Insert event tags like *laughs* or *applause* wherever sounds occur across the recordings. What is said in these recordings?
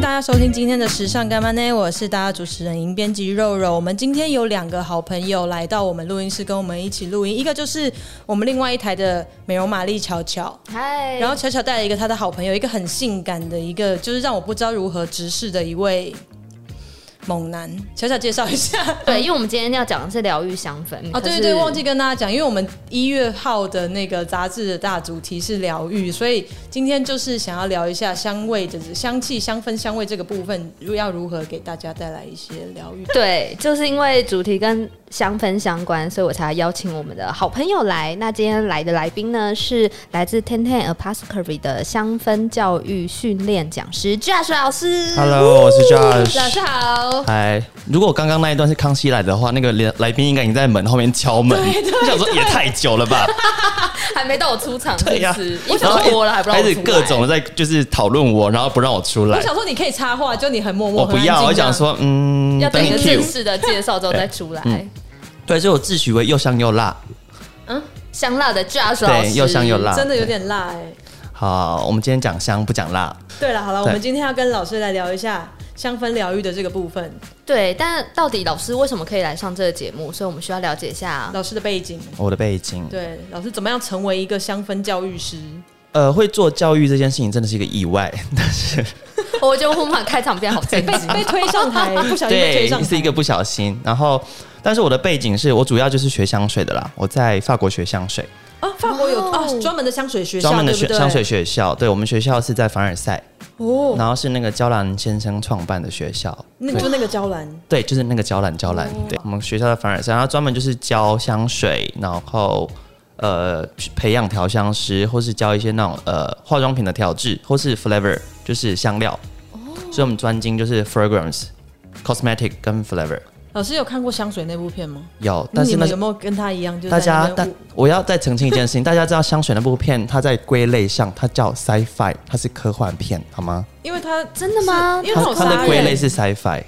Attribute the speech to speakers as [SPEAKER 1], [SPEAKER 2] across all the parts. [SPEAKER 1] 家收听今天的时尚干嘛呢？我是大家主持人银编辑肉肉。我们今天有两个好朋友来到我们录音室，跟我们一起录音。一个就是我们另外一台的美容玛丽巧巧，
[SPEAKER 2] 嗨，
[SPEAKER 1] 然后巧巧带了一个她的好朋友，一个很性感的一个，就是让我不知道如何直视的一位猛男。巧巧介绍一下。
[SPEAKER 2] 对，因为我们今天要讲的是疗愈香氛
[SPEAKER 1] 啊，对对对，忘记跟大家讲，因为我们一月号的那个杂志的大主题是疗愈，所以今天就是想要聊一下香味的香气、香氛、香味这个部分，如要如何给大家带来一些疗愈。
[SPEAKER 2] 对，就是因为主题跟香氛相关，所以我才邀请我们的好朋友来。那今天来的来宾呢，是来自 Ten Ten Apothecary 的香氛教育训练讲师 Josh 老师。
[SPEAKER 3] Hello，我
[SPEAKER 2] *laughs*
[SPEAKER 3] 是
[SPEAKER 2] 老师
[SPEAKER 3] Josh。
[SPEAKER 2] 好。
[SPEAKER 3] 哎，如果刚刚那一段是康熙来的话，那个来来宾应该已经在门后面敲门。我想说也太久了吧？
[SPEAKER 2] 还没到我出场，
[SPEAKER 3] 对呀、
[SPEAKER 2] 我
[SPEAKER 3] 然
[SPEAKER 2] 想
[SPEAKER 3] 后
[SPEAKER 2] 多了，还不让
[SPEAKER 3] 开
[SPEAKER 2] 我
[SPEAKER 3] 始
[SPEAKER 2] 出
[SPEAKER 3] 各种在就是讨论我，然后不让我出
[SPEAKER 1] 我
[SPEAKER 3] 来。
[SPEAKER 1] 想说你可以插话，就你很默默，
[SPEAKER 3] 我不要，我想，说，嗯，
[SPEAKER 2] 啊要等一个
[SPEAKER 3] thank you
[SPEAKER 2] 正式的介绍之后再出来。
[SPEAKER 3] 对，所以我自诩为又香又辣。
[SPEAKER 2] 香辣的 Josh 老师，
[SPEAKER 3] 对，又香又辣，
[SPEAKER 1] 真的有
[SPEAKER 3] 对。
[SPEAKER 1] 点辣哎、
[SPEAKER 3] 好，我们今天讲香不讲辣。
[SPEAKER 1] 对了，好了，我
[SPEAKER 3] 对
[SPEAKER 1] 们今天要跟老师来聊一下香氛疗愈的这个部分，
[SPEAKER 2] 对，但到底老师为什么可以来上这个节目？所以我们需要了解一
[SPEAKER 3] 啊
[SPEAKER 2] 下。
[SPEAKER 1] 老师的背景。
[SPEAKER 3] 我的背景，
[SPEAKER 1] 对，老师怎么样成为一个香氛教育
[SPEAKER 3] *laughs*
[SPEAKER 1] 师？
[SPEAKER 3] 呃，会做教育这件事情真的是一个意
[SPEAKER 2] *laughs*
[SPEAKER 3] 外，但是
[SPEAKER 1] *laughs*
[SPEAKER 2] 我觉得我们开场变好震
[SPEAKER 1] 被
[SPEAKER 2] 惊。
[SPEAKER 1] 被推上台，不小心被推
[SPEAKER 3] 哎 *laughs* 对
[SPEAKER 1] 上，台，
[SPEAKER 3] 是一个不小心。然后，但是我的背景是我主要就是学香水的啦，我在法国学香水，
[SPEAKER 1] 啊，法国有
[SPEAKER 2] 哇哦
[SPEAKER 1] 啊专门的香水学校，
[SPEAKER 3] 专门的
[SPEAKER 1] 对
[SPEAKER 3] 学
[SPEAKER 1] 不对
[SPEAKER 3] 香水学校。对我们学校是在凡尔赛，
[SPEAKER 1] 哦，
[SPEAKER 3] 然后是那个娇兰先生创办的学校。
[SPEAKER 1] 那就那个娇兰，
[SPEAKER 3] 对，就是那个娇兰，娇兰。
[SPEAKER 1] 哦
[SPEAKER 3] 对，我们学校在凡尔赛，然后专门就是教香水，然后呃培养调香师，或是教一些那种呃化妆品的调制，或是 flavor 就是香料。
[SPEAKER 1] 哦
[SPEAKER 3] 所以我们专精就是 fragrance、cosmetic 跟 flavor。
[SPEAKER 1] 老师有看过香水那部片吗？
[SPEAKER 3] 有，
[SPEAKER 1] 那
[SPEAKER 3] 但
[SPEAKER 1] 你
[SPEAKER 3] 是那
[SPEAKER 1] 们
[SPEAKER 3] 是
[SPEAKER 1] 有没有跟他一样，就是
[SPEAKER 3] 大家，
[SPEAKER 1] 在那
[SPEAKER 3] 但
[SPEAKER 1] 边
[SPEAKER 3] 我要再澄清一件事情，大家知道香水那部片，它在归类上，它叫 sci-fi，它是科幻片，好吗？
[SPEAKER 1] 因为他
[SPEAKER 2] *laughs* 真的吗
[SPEAKER 1] 是因为
[SPEAKER 3] 它
[SPEAKER 1] 他有
[SPEAKER 3] 它
[SPEAKER 1] 杀
[SPEAKER 3] 的归类
[SPEAKER 1] 人，
[SPEAKER 3] 是 sci-fi，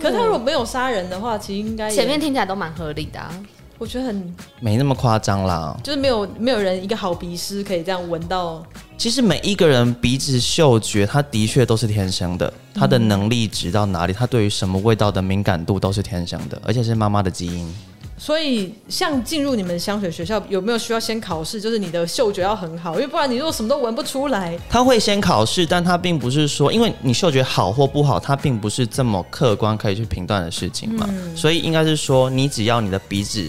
[SPEAKER 1] 可是他如果没有杀人的话，其实应该也
[SPEAKER 2] 前面听起来都蛮合理的、啊，
[SPEAKER 1] 我觉得很
[SPEAKER 3] 没那么夸张啦。
[SPEAKER 1] 就是没有没有人一个好鼻师可以这样闻到，
[SPEAKER 3] 其实每一个人鼻子嗅觉，它的确都是天生的，它的能力值到哪里，它对于什么味道的敏感度都是天生的，而且是妈妈的基因。
[SPEAKER 1] 所以像进入你们香水学校有没有需要先考试？就是你的嗅觉要很好，因为不然你如果什么都闻不出来，
[SPEAKER 3] 他会先考试，但他并不是说，因为你嗅觉好或不好，它并不是这么客观可以去评断的事情嘛。所以应该是说，你只要你的鼻子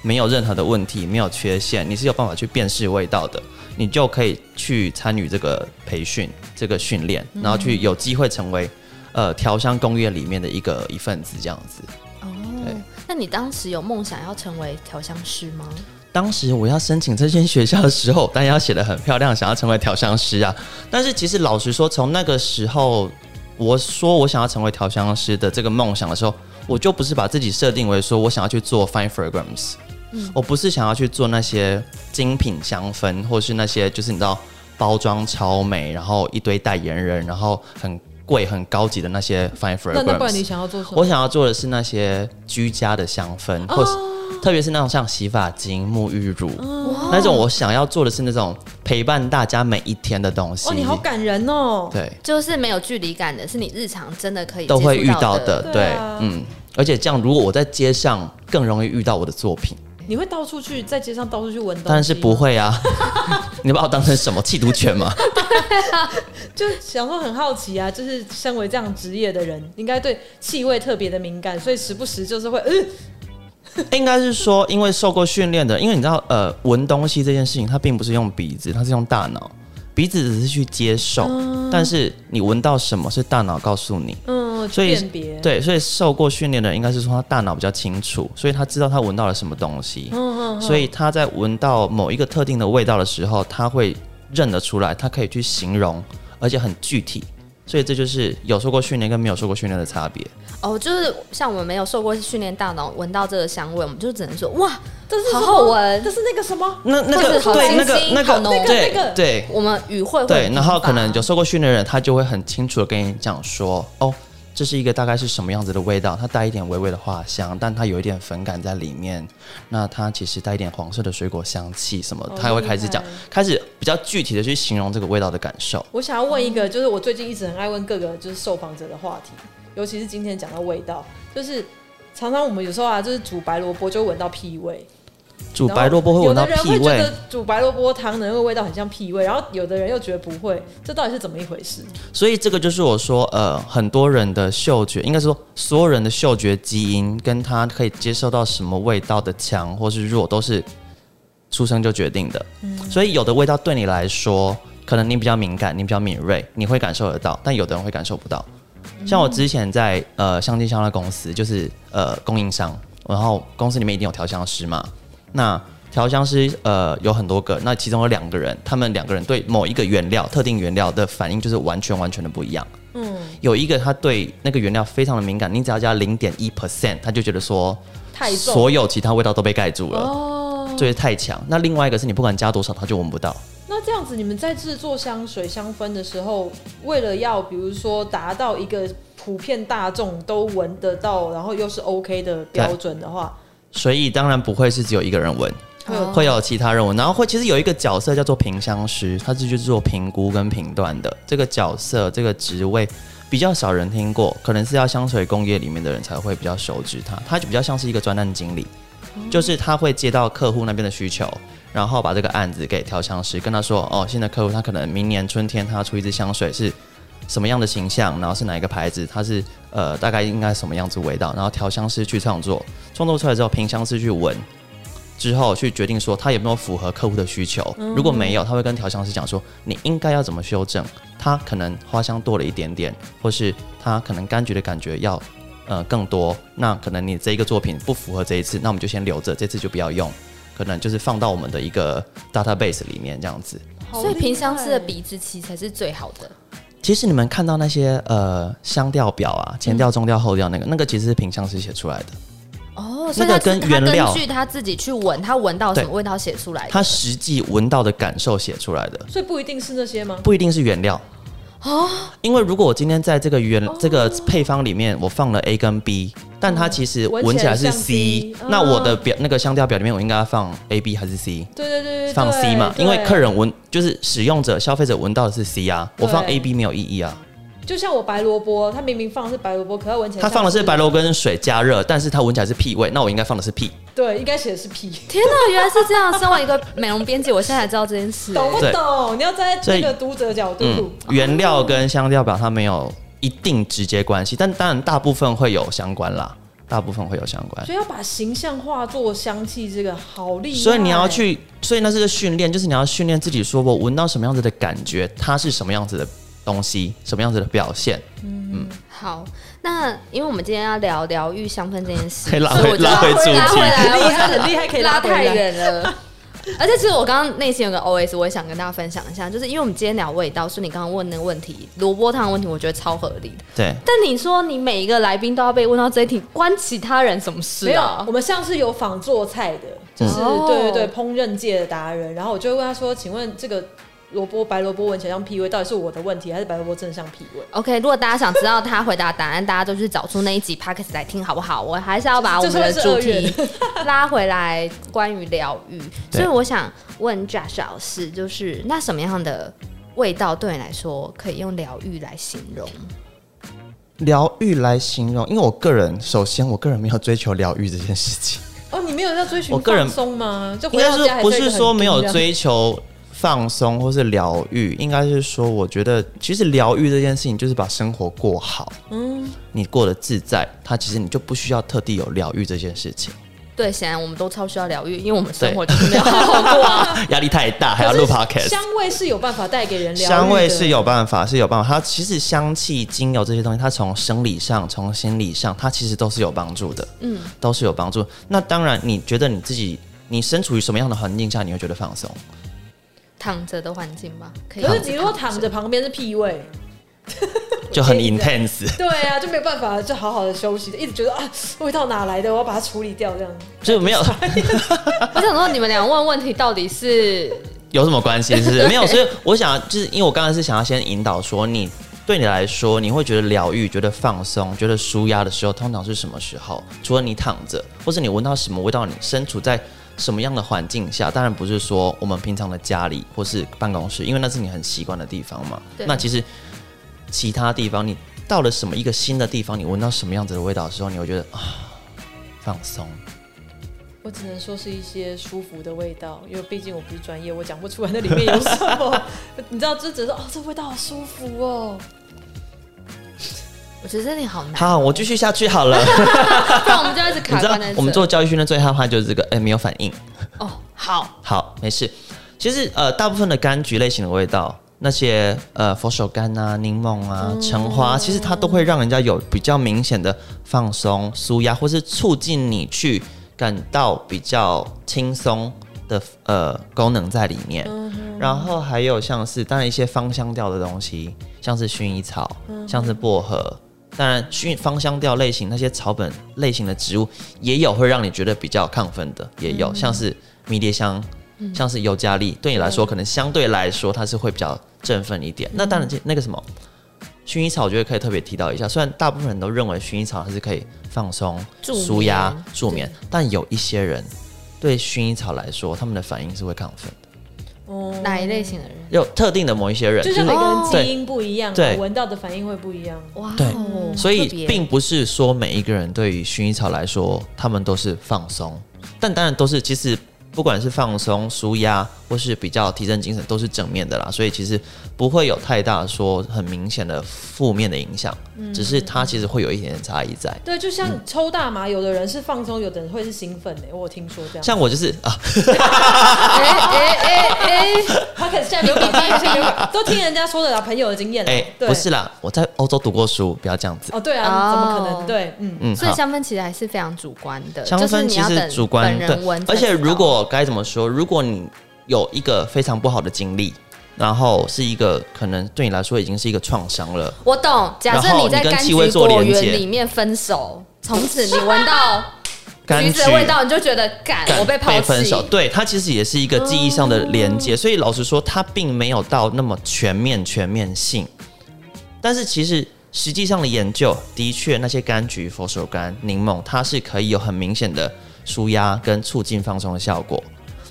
[SPEAKER 3] 没有任何的问题，没有缺陷，你是有办法去辨识味道的，你就可以去参与这个培训、这个训练，然后去有机会成为呃调香工业里面的一个一份子这样子。对
[SPEAKER 2] 那你当时有梦想要成为调香师吗？
[SPEAKER 3] 当时我要申请这间学校的时候，当然要写得很漂亮，想要成为调香师啊。但是其实老实说，从那个时候我说我想要成为调香师的这个梦想的时候，我就不是把自己设定为说我想要去做 fine fragrance，、我
[SPEAKER 1] 嗯
[SPEAKER 3] 不是想要去做那些精品香氛，或是那些就是你知道包装超美，然后一堆代言人，然后很贵很高级的那些 fine
[SPEAKER 1] 那那不然
[SPEAKER 3] fragrance
[SPEAKER 1] 你。想要做什么？
[SPEAKER 3] 我想要做的是那些居家的香氛，或是特别是那种像洗发精、沐浴乳、那种。我想要做的是那种陪伴大家每一天的东西。
[SPEAKER 1] 哦，你好感人哦，
[SPEAKER 3] 对，
[SPEAKER 2] 就是没有距离感的，是你日常真的可以
[SPEAKER 3] 都会遇
[SPEAKER 2] 接触
[SPEAKER 3] 到
[SPEAKER 2] 到
[SPEAKER 3] 的，
[SPEAKER 1] 对
[SPEAKER 3] 对，
[SPEAKER 1] 啊
[SPEAKER 3] 嗯。而且这样，如果我在街上更容易遇到我的作品，
[SPEAKER 1] 你会到处去在街上到处去闻东西吗，
[SPEAKER 3] 当然是不会啊！ *laughs* 你把我当成什么缉毒犬吗？
[SPEAKER 1] 就想说很好奇啊，就是身为这样职业的人，应该对气味特别的敏感，所以时不时就是会，嗯、
[SPEAKER 3] 应该是说，因为受过训练的，因为你知道，呃，闻东西这件事情，它并不是用鼻子，它是用大脑。鼻子只是去接受，
[SPEAKER 2] 哦
[SPEAKER 3] 但是你闻到什么是大脑告诉你。
[SPEAKER 1] 嗯，
[SPEAKER 3] 所以
[SPEAKER 1] 辨别，
[SPEAKER 3] 对，所以受过训练的人应该是说他大脑比较清楚，所以他知道他闻到了什么东西。
[SPEAKER 2] 哦
[SPEAKER 1] 嗯，嗯
[SPEAKER 3] 所以他在闻到某一个特定的味道的时候，他会认得出来，他可以去形容，而且很具体。所以这就是有受过训练跟没有受过训练的差别。
[SPEAKER 2] 哦，就是像我们没有受过训练，大脑闻到这个香味，我们就只
[SPEAKER 1] *laughs*
[SPEAKER 2] 能说哇，
[SPEAKER 1] 这是什
[SPEAKER 2] 好
[SPEAKER 1] 么
[SPEAKER 2] 好，闻。
[SPEAKER 1] 这是那个什么，
[SPEAKER 3] 那那
[SPEAKER 2] 或
[SPEAKER 3] 个
[SPEAKER 2] 者好
[SPEAKER 3] 对
[SPEAKER 2] 清
[SPEAKER 3] 那个
[SPEAKER 2] 新
[SPEAKER 3] 那
[SPEAKER 2] 好
[SPEAKER 3] 个
[SPEAKER 2] 浓
[SPEAKER 3] 对
[SPEAKER 1] 那个
[SPEAKER 3] 对
[SPEAKER 2] 我们语会会
[SPEAKER 3] 对，然后
[SPEAKER 2] 疲乏
[SPEAKER 3] 可能有受过训练的人，他就会很清楚的跟你讲说，哦，这是一个大概是什么样子的味道，它带一点微微的花香，但它有一点粉感在里面。那它其实带一点黄色的水果香气什么
[SPEAKER 1] 哦，
[SPEAKER 3] 它也会开始讲
[SPEAKER 1] 厉害，
[SPEAKER 3] 开始比较具体的去形容这个味道的感受。
[SPEAKER 1] 我想要问一个，就是我最近一直很爱问各个就是受访者的话题，尤其是今天讲到味道，就是常常我们有时候啊，就是煮白萝卜就闻到屁味，
[SPEAKER 3] 煮
[SPEAKER 1] 然后
[SPEAKER 3] 白萝卜会闻到
[SPEAKER 1] 有的人
[SPEAKER 3] 屁
[SPEAKER 1] 会觉
[SPEAKER 3] 味
[SPEAKER 1] 得，煮白萝卜汤的那个味道很像屁味，然后有的人又觉得不会，这到底是怎么一回事？
[SPEAKER 3] 所以这个就是我说，呃，很多人的嗅觉，应该是说所有人的嗅觉基因跟他可以接受到什么味道的强或是弱，都是出生就决定的。所以有的味道对你来说，可能你比较敏感，你比较敏锐，你会感受得到，但有的人会感受不到。像我之前在呃香精香料公司，就是呃供应商，然后公司里面一定有调香师嘛。那调香师呃有很多个，那其中有两个人，他们两个人对某一个原料、特定原料的反应就是完全完全的不一样。嗯，有一个他对那个原料非常的敏感，你只要加零点一 percent，他就觉得说
[SPEAKER 1] 太重
[SPEAKER 3] 所有其他味道都被盖住了，
[SPEAKER 1] 哦。
[SPEAKER 3] 就是太强。那另外一个是你不管加多少，他就闻不到。
[SPEAKER 1] 那这样子，你们在制作香水香氛的时候，为了要比如说达到一个普遍大众都闻得到，然后又是 OK 的标准的话，
[SPEAKER 3] 所以当然不会是只有一个人闻，
[SPEAKER 1] 会
[SPEAKER 2] 嗯
[SPEAKER 1] 有
[SPEAKER 3] 会有其他人闻。然后会其实有一个角色叫做评香师，他是去做评估跟评断的。这个角色这个职位比较少人听过，可能是要香水工业里面的人才会比较熟知他。他就比较像是一个专案经理，就是他会接到客户那边的需求。然后把这个案子给调香师，跟他说：“哦，现在客户他可能明年春天他要出一支香水是什么样的形象，然后是哪一个牌子，它是呃大概应该什么样子味道，然后调香师去创作，创作出来之后凭香师去闻，之后去决定说它有没有符合客户的需求。如果没有，他会跟调香师讲说你应该要怎么修正，它可能花香多了一点点，或是它可能柑橘的感觉要。呃，更多，那可能你这一个作品不符合这一次，那我们就先留着，这次就不要用，可能就是放到我们的一个 database 里面这样子。
[SPEAKER 1] 好
[SPEAKER 2] 所以
[SPEAKER 1] 厉
[SPEAKER 2] 平香师的
[SPEAKER 1] 害
[SPEAKER 2] 鼻子期才是最好的。
[SPEAKER 3] 其实你们看到那些呃香调表啊，前调、中调、后调那个，那个其实是品相师写出来的，
[SPEAKER 2] 哦，
[SPEAKER 3] 所以那个他是跟他原
[SPEAKER 2] 根
[SPEAKER 3] 料根
[SPEAKER 2] 据
[SPEAKER 3] 据
[SPEAKER 2] 他自己去闻，他闻到
[SPEAKER 3] 什
[SPEAKER 2] 什么
[SPEAKER 3] 么对
[SPEAKER 2] 味道写出来
[SPEAKER 3] 他实际闻到的感受写出来的，
[SPEAKER 1] 所以不一定是那些吗？
[SPEAKER 3] 不一定是原料哦。因为如果我今天在这个原、这个配方里面我放了 A 跟 B，但它其实
[SPEAKER 1] 闻
[SPEAKER 3] 闻
[SPEAKER 1] 起
[SPEAKER 3] 起
[SPEAKER 1] 来
[SPEAKER 3] 来是
[SPEAKER 1] 像
[SPEAKER 3] C，
[SPEAKER 1] B，
[SPEAKER 3] 那
[SPEAKER 1] 嗯
[SPEAKER 3] 我的表那个香调表里面我应该要放 A、B 还是 C？
[SPEAKER 1] 对对对对，
[SPEAKER 3] 放 C 嘛，
[SPEAKER 1] 对
[SPEAKER 3] 因为
[SPEAKER 1] 对
[SPEAKER 3] 客人闻就是使用者、消费者闻到的是 C 啊，我放
[SPEAKER 1] 对
[SPEAKER 3] A、B 没有意义啊。
[SPEAKER 1] 就像我白萝卜，它明明放的是白萝卜，可它闻起来
[SPEAKER 3] 他放的是
[SPEAKER 1] 像
[SPEAKER 3] 白，萝卜跟水加热，但是它闻起来是屁味，那我应该放的是屁。
[SPEAKER 1] 对，应该写的是屁，
[SPEAKER 2] 天哪，原来是这样！身为一个美容编辑，我现在才知道这件事。
[SPEAKER 1] 懂不
[SPEAKER 3] 对
[SPEAKER 1] 懂？你要站在
[SPEAKER 3] 所
[SPEAKER 1] 那
[SPEAKER 3] 以
[SPEAKER 1] 个读者角度，
[SPEAKER 3] 嗯，原料跟香料表它没有一定直接关系，但当然大部分会有相关啦，大部分会有相关。
[SPEAKER 1] 所以要把形象化作香气，这个好厉害。
[SPEAKER 3] 所以你要，去，所以那是个训练，就是你要训练自己，说我闻到什么样子的感觉，它是什么样子的东西，什么样子的表现，
[SPEAKER 2] 好，那因为我们今天要聊疗愈香氛这件事，
[SPEAKER 3] 可以拉
[SPEAKER 2] 所以
[SPEAKER 3] 回
[SPEAKER 2] 我就要
[SPEAKER 3] 拉回主
[SPEAKER 2] 拉回
[SPEAKER 3] 题
[SPEAKER 2] 来，
[SPEAKER 1] 很厉害
[SPEAKER 2] 我真的
[SPEAKER 1] 很厉害可以
[SPEAKER 2] 拉
[SPEAKER 1] 拉回来
[SPEAKER 2] 太远了。而且其实我刚刚内心有个 OS，我也想跟大家分享一下，就是因为我们今天聊味道，所以你刚刚问那个问题，萝卜汤的问题，我觉得超合理的。
[SPEAKER 3] 对。
[SPEAKER 2] 但你说你每一个来宾都要被问到这一题，关其他人什么事
[SPEAKER 1] 没有
[SPEAKER 2] 啊？，
[SPEAKER 1] 我们上次有仿做菜的，就是
[SPEAKER 3] 哦
[SPEAKER 2] 嗯
[SPEAKER 1] 对对对，烹饪界的达人，然后我就会问他说：“请问这个萝卜白萝卜闻起来像屁味，到底是我的问题，还是白萝卜真的像屁味？”
[SPEAKER 2] OK，如果大家想知道他回答答案，大家就去找出那一集 Podcast 来听，好不好？我还是要把我
[SPEAKER 1] 这
[SPEAKER 2] 们
[SPEAKER 1] 是会是
[SPEAKER 2] 的主
[SPEAKER 1] 二月
[SPEAKER 2] 题 *laughs* 拉回来，关于疗愈。所
[SPEAKER 3] 对
[SPEAKER 2] 以我想问 Josh 老师，就是那什么样的味道对你来说可以用疗愈来形容？
[SPEAKER 3] 疗愈来形容，因为我个人，首先我个人没有追求疗愈这件事
[SPEAKER 1] *laughs*
[SPEAKER 3] 情，
[SPEAKER 1] 哦，你没有在追寻
[SPEAKER 3] 我个人
[SPEAKER 1] 放松吗？就
[SPEAKER 3] 应
[SPEAKER 1] 回
[SPEAKER 3] 该
[SPEAKER 1] 到
[SPEAKER 3] 是
[SPEAKER 1] 家还
[SPEAKER 3] 不
[SPEAKER 1] 在一个
[SPEAKER 3] 是
[SPEAKER 1] 很
[SPEAKER 3] 说没有
[SPEAKER 1] clean 这样
[SPEAKER 3] 追求放松或是疗愈，应该是说我觉得其实疗愈这件事情就是把生活过好，
[SPEAKER 1] 嗯，
[SPEAKER 3] 你过得自在，它其实你就不需要特地有疗愈这件事情，
[SPEAKER 2] 对，显然我们都超需要疗愈，因为我们生活就是没有 *laughs* 好好过啊。
[SPEAKER 3] 压力太大还要录
[SPEAKER 1] 可是
[SPEAKER 3] podcast。
[SPEAKER 1] 香味是有办法带给人疗愈的
[SPEAKER 3] 香味是有办法，是有办法。它其实香气、精油这些东西，它从生理上、从心理上，它其实都是有帮助的。嗯，都是有帮助。那当然，你觉得你自己，你身处于什么样的环境下，你会觉得放松？
[SPEAKER 2] 躺着的环境吧，可以。
[SPEAKER 1] 可是你如
[SPEAKER 2] *laughs*
[SPEAKER 1] 果躺着，旁边是屁味，
[SPEAKER 3] 就很
[SPEAKER 1] 建议这
[SPEAKER 3] intense。
[SPEAKER 1] 对啊，就没有办法，就好好的休息，一直觉得啊，味道哪来的，我要把它处理掉，这样
[SPEAKER 3] 就没有
[SPEAKER 2] 我想说，你们俩问问题到底是
[SPEAKER 3] *laughs* 有什么关系？是不是没有。所以我想，就是因为我刚才是想要先引导说，你对你来说，你会觉得疗愈、觉得放松、觉得舒压的时候，通常是什么时候？除了你躺着，或是你闻到什么味道，你身处在什么样的环境下？当然不是说我们平常的家里或是办公室，因为那是你很习惯的地方嘛。
[SPEAKER 2] 对
[SPEAKER 3] 那其实其他地方，你到了什么一个新的地方，你闻到什么样子的味道的时候，你会觉得啊，放松。
[SPEAKER 1] 我只能说是一些舒服的味道，因为毕竟我不是专业，我讲不出来那里面有什么。
[SPEAKER 2] *laughs*
[SPEAKER 1] 你知道，就只是哦，这味道好舒服哦。
[SPEAKER 2] 我觉得你好难，
[SPEAKER 3] 好，我继续下去好了。
[SPEAKER 2] 不然我们就要一直 *laughs*
[SPEAKER 3] 你
[SPEAKER 2] 卡
[SPEAKER 3] 知道
[SPEAKER 2] 关在这。
[SPEAKER 3] 我们做教育训练最害怕就是这个，哎、没有反应。
[SPEAKER 2] 哦，好，
[SPEAKER 3] 好，没事。其实呃，大部分的柑橘类型的味道，那些呃佛手柑啊、柠檬啊、橙花，其实它都会让人家有比较明显的放松、舒压，或是促进你去感到比较轻松的呃功能在里面。
[SPEAKER 2] 嗯
[SPEAKER 3] 然后还有像是当然一些芳香调的东西，像是薰衣草，
[SPEAKER 2] 嗯
[SPEAKER 3] 像是薄荷。当然，薰芳香调类型那些草本类型的植物也有会让你觉得比较亢奋的，也
[SPEAKER 2] 嗯
[SPEAKER 3] 有、像是迷迭香，像是尤加利，对你来
[SPEAKER 2] 嗯
[SPEAKER 3] 说可能相对来说它是会比较振奋一点。那当然，那个什么薰衣草，我觉得可以特别提到一下。虽然大部分人都认为薰衣草它是可以放松、
[SPEAKER 2] 助眠
[SPEAKER 3] 舒压、助眠，但有一些人对薰衣草来说，他们的反应是会亢奋的。
[SPEAKER 1] 哦，
[SPEAKER 2] 哪一类型的人？
[SPEAKER 3] 有特定的某一些人，
[SPEAKER 1] 就像
[SPEAKER 2] 是哦
[SPEAKER 1] 每个人
[SPEAKER 3] 对
[SPEAKER 1] 基因不一样，啊
[SPEAKER 3] 对
[SPEAKER 1] 闻到的反应会不一样。
[SPEAKER 2] 哇哦，
[SPEAKER 3] 对
[SPEAKER 2] 好
[SPEAKER 3] 所
[SPEAKER 2] 特
[SPEAKER 3] 以
[SPEAKER 2] 别
[SPEAKER 3] 并不是说每一个人对于薰衣草来说，他们都是放松，但当然都是其实不管是放松、舒压，或是比较提振精神，都是正面的啦。所以其实不会有太大说很明显的负面的影响，
[SPEAKER 2] 嗯
[SPEAKER 3] 只是它其实会有一点点差异在。
[SPEAKER 1] 对，就像抽大麻，有的人是放松，有的人会是兴奋欸的。我有听说这样。
[SPEAKER 3] 像我就是啊，
[SPEAKER 2] 哎哎哎哎，
[SPEAKER 1] 他可能现在流感，流感都听人家说的啦，朋友的经验啦。
[SPEAKER 3] 哎、
[SPEAKER 1] 对，
[SPEAKER 3] 不是啦，我在欧洲读过书，不要这样子。
[SPEAKER 1] 哦，对啊，怎么可
[SPEAKER 2] 哦
[SPEAKER 1] 能？对，嗯，
[SPEAKER 3] 嗯，
[SPEAKER 2] 所以
[SPEAKER 3] 好。
[SPEAKER 2] 香氛其实还是非常主观的，
[SPEAKER 3] 香
[SPEAKER 2] 就是
[SPEAKER 3] 氛
[SPEAKER 2] 你
[SPEAKER 3] 其
[SPEAKER 2] 要
[SPEAKER 3] 实
[SPEAKER 2] 等
[SPEAKER 3] 主观，
[SPEAKER 2] 本
[SPEAKER 3] 对
[SPEAKER 2] 人闻，才
[SPEAKER 3] 而且
[SPEAKER 2] 知道
[SPEAKER 3] 如果该怎么说，如果你有一个非常不好的经历，然后是一个可能对你来说已经是一个创伤了，
[SPEAKER 2] 我懂，假设
[SPEAKER 3] 然后
[SPEAKER 2] 在
[SPEAKER 3] 你跟
[SPEAKER 2] 柑
[SPEAKER 3] 气
[SPEAKER 2] 橘
[SPEAKER 3] 味做
[SPEAKER 2] 果
[SPEAKER 3] 连
[SPEAKER 2] 园
[SPEAKER 3] 结
[SPEAKER 2] 里面分手，从此你闻到橘
[SPEAKER 3] 柑
[SPEAKER 2] 子的味
[SPEAKER 3] 橘
[SPEAKER 2] 道，你就觉得干，我被抛
[SPEAKER 3] 被分
[SPEAKER 2] 弃哦
[SPEAKER 3] 手，。对它其实也是一个记忆上的连接，所以老实说，它并没有到那么全面全面性。但是其实实际上的研究的确，那些柑橘、佛手柑、柠檬，它是可以有很明显的舒压跟促进放松的效果。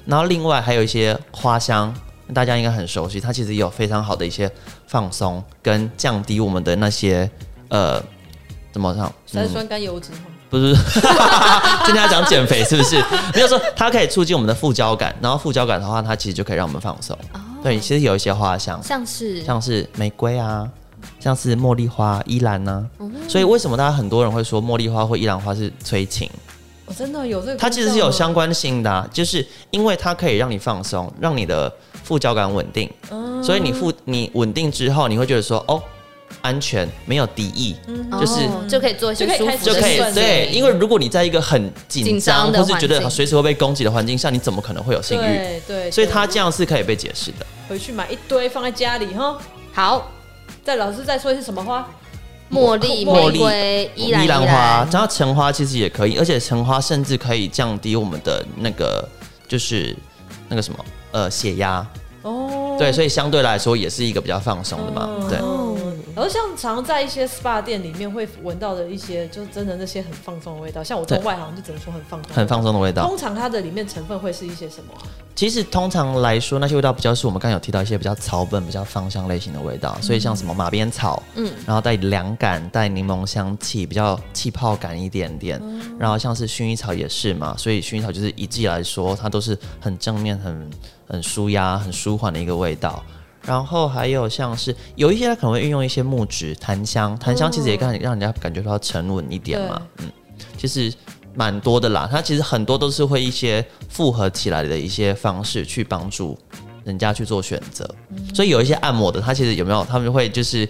[SPEAKER 3] 然后另外还有一些花香，大家应该很熟悉，它其实也有非常好的一些放松跟降低我们的那些呃怎么讲
[SPEAKER 1] 三酸甘油脂。
[SPEAKER 3] 不是， *laughs* 今天要讲减肥是不是？没有说它可以促进我们的副交感，然后副交感的话，它其实就可以让我们放松。对，其实有一些花香，
[SPEAKER 2] 像是
[SPEAKER 3] 像是玫瑰啊，像是茉莉花、依兰呐、所以为什么大家很多人会说茉莉花或依兰花是催情？
[SPEAKER 1] 我哦真的有这个功效吗，
[SPEAKER 3] 它其实是有相关性的啊、就是因为它可以让你放松，让你的副交感稳定，
[SPEAKER 1] 嗯
[SPEAKER 3] 所以你副你稳定之后，你会觉得说哦，安全，没有敌意，
[SPEAKER 1] 嗯
[SPEAKER 3] 就是
[SPEAKER 2] 哦就可以做一些
[SPEAKER 1] 就可以
[SPEAKER 2] 舒
[SPEAKER 1] 开始
[SPEAKER 2] 服
[SPEAKER 3] 就
[SPEAKER 2] 的
[SPEAKER 3] 可以
[SPEAKER 1] 顺
[SPEAKER 2] 事
[SPEAKER 1] 利
[SPEAKER 3] 对，因为如果你在一个很紧
[SPEAKER 2] 紧张
[SPEAKER 3] 张
[SPEAKER 2] 的
[SPEAKER 3] 或是觉
[SPEAKER 2] 环境
[SPEAKER 3] 得随时会被攻击的环境下，你怎么可能会有性欲？
[SPEAKER 1] 对对，
[SPEAKER 3] 所以
[SPEAKER 1] 他
[SPEAKER 3] 它这样是可以被解释的。
[SPEAKER 1] 回去买一堆放在家里哈。
[SPEAKER 2] 好，
[SPEAKER 1] 再老师再说一次什么花？
[SPEAKER 2] 茉莉、
[SPEAKER 1] 茉
[SPEAKER 2] 玫
[SPEAKER 3] 莉
[SPEAKER 2] 瑰、依兰、
[SPEAKER 3] 兰
[SPEAKER 2] 依
[SPEAKER 3] 花
[SPEAKER 2] 兰，，
[SPEAKER 3] 然后橙花其实也可以，而且橙花甚至可以降低我们的那个就是那个什么呃血压，
[SPEAKER 2] 嗯
[SPEAKER 1] 哦，
[SPEAKER 3] 对，所以相对来说也是一个比较放松的嘛，
[SPEAKER 1] 哦
[SPEAKER 3] 对。
[SPEAKER 1] 然后像常在一些 SPA 店里面会闻到的一些，就真的那些很放松的味道，像我这种
[SPEAKER 3] 对
[SPEAKER 1] 外行就只能说很放松，
[SPEAKER 3] 很放。松的味道
[SPEAKER 2] 嗯
[SPEAKER 1] 通。常它的里面成分会是一些什么啊？
[SPEAKER 3] 其实通常来说，那些味道比较是我们刚才有提到一些比较草本、比较芳香类型的味道，所以像什么马鞭草，
[SPEAKER 2] 嗯
[SPEAKER 3] 嗯，然后带凉感、带柠檬香气，比较气泡感一点点。然后像是薰衣草也是嘛，所以薰衣草就是一季来说，它都是很正面、很很舒压、很舒缓的一个味道。然后还有像是有一些它可能会运用一些木质檀香，檀香其实也让让人家感觉到沉稳一点嘛，嗯，其实蛮多的啦。它其实很多都是会一些复合起来的一些方式去帮助人家去做选择。所以有一些按摩的，它其实有没有？他们会就是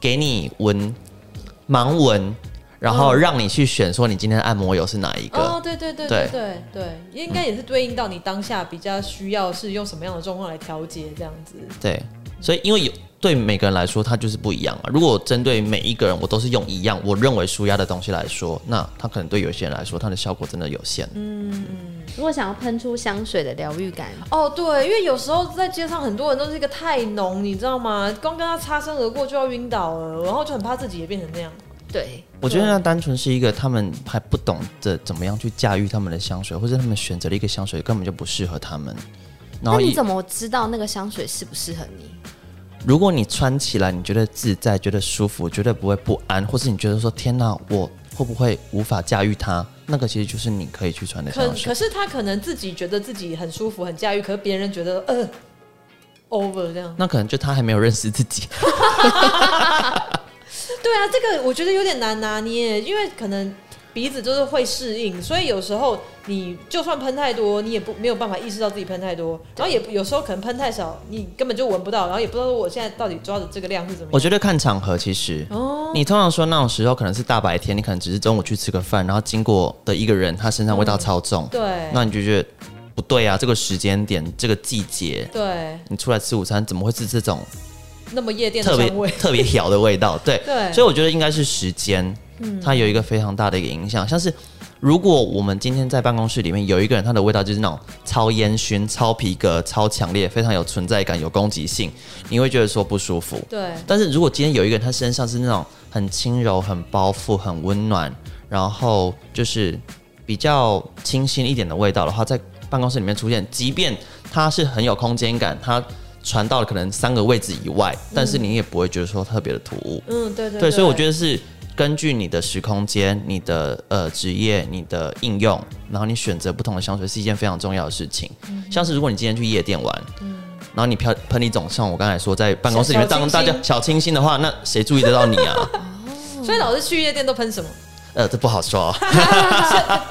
[SPEAKER 3] 给你闻盲闻，然后
[SPEAKER 2] 嗯
[SPEAKER 3] 让你去选，说你今天的按摩油是哪一个。
[SPEAKER 1] 哦，对对对对
[SPEAKER 3] 对
[SPEAKER 1] 对对，应该也是对应到你当下比较需要是用什么样的状况来调节这样子。
[SPEAKER 3] 对，所以因为有对每个人来说，它就是不一样啊。如果针对每一个人，我都是用一样我认为舒压的东西来说，那它可能对有些人来说，它的效果真的有限。
[SPEAKER 2] 嗯如果想要喷出香水的疗愈感，
[SPEAKER 1] 哦，对，因为有时候在街上，很多人都是一个太浓，你知道吗？光跟他擦身而过就要晕倒了，然后就很怕自己也变成那样。
[SPEAKER 2] 对，
[SPEAKER 3] 我觉得那单纯是一个他们还不懂得怎么样去驾驭他们的香水，或者他们选择了一个香水根本就不适合他们。然
[SPEAKER 2] 那
[SPEAKER 3] 后
[SPEAKER 2] 你
[SPEAKER 3] 一
[SPEAKER 2] 怎么知道那个香水适不适合你？
[SPEAKER 3] 如果你穿起来你觉得自在、觉得舒服、绝对不会不安，或是你觉得说天哪，我会不会无法驾驭它？那个其实就是你可以去穿的
[SPEAKER 1] 可
[SPEAKER 3] 香水
[SPEAKER 1] 可。是他可能自己觉得自己很舒服、很驾驭，可是别人觉得呃 over 这样。
[SPEAKER 3] 那可能就他还没有认识自己。
[SPEAKER 1] 对啊，这个我觉得有点难拿捏，因为可能鼻子就是会适应，所以有时候你就算喷太多，你也不没有办法意识到自己喷太多，然后也有时候可能喷太少，你根本就闻不到，然后也不知道我现在到底抓的这个量是怎么
[SPEAKER 3] 我
[SPEAKER 1] 样。
[SPEAKER 3] 觉得看场合，其实
[SPEAKER 1] 哦
[SPEAKER 3] 你通常说那种时候可能是大白天，你可能只是中午去吃个饭，然后经过的一个人，他身上味道超重，
[SPEAKER 1] 对
[SPEAKER 3] 那你就觉得不对啊，这个时间点，这个季节。
[SPEAKER 1] 对，
[SPEAKER 3] 你出来吃午餐，怎么会是这种
[SPEAKER 1] 那么夜店的
[SPEAKER 3] 特别，
[SPEAKER 1] 香味
[SPEAKER 3] 特别 *laughs* 屌的味道？对，
[SPEAKER 1] 对
[SPEAKER 3] 所以我觉得应该是时间，它有一个非常大的一个影响。像是如果我们今天在办公室里面有一个人，他的味道就是那种超烟熏、超皮革、超强烈，非常有存在感、有攻击性，你会觉得说不舒服。
[SPEAKER 1] 对
[SPEAKER 3] 但是如果今天有一个人，他身上是那种很轻柔、很包覆、很温暖，然后就是比较清新一点的味道的话，在办公室里面出现，即便它是很有空间感，它传到了可能三个位置以外，但是你也不会觉得说特别的突兀。
[SPEAKER 1] 嗯，对对
[SPEAKER 3] 对，所以我觉
[SPEAKER 1] 得
[SPEAKER 3] 得是根据你的时空间、你的呃职业、你的应用，然后你选择不同的香水是一件非常重要的事情。
[SPEAKER 1] 嗯
[SPEAKER 3] 像是如果你今天去夜店玩，然后你飘喷一种像我刚才说在办公室里面
[SPEAKER 1] 小
[SPEAKER 3] 当大家
[SPEAKER 1] 小清新
[SPEAKER 3] 小清新的话，那谁注意得到你啊？ *laughs*
[SPEAKER 1] 嗯所以老师去夜店都喷什么？
[SPEAKER 3] 呃，这不好说、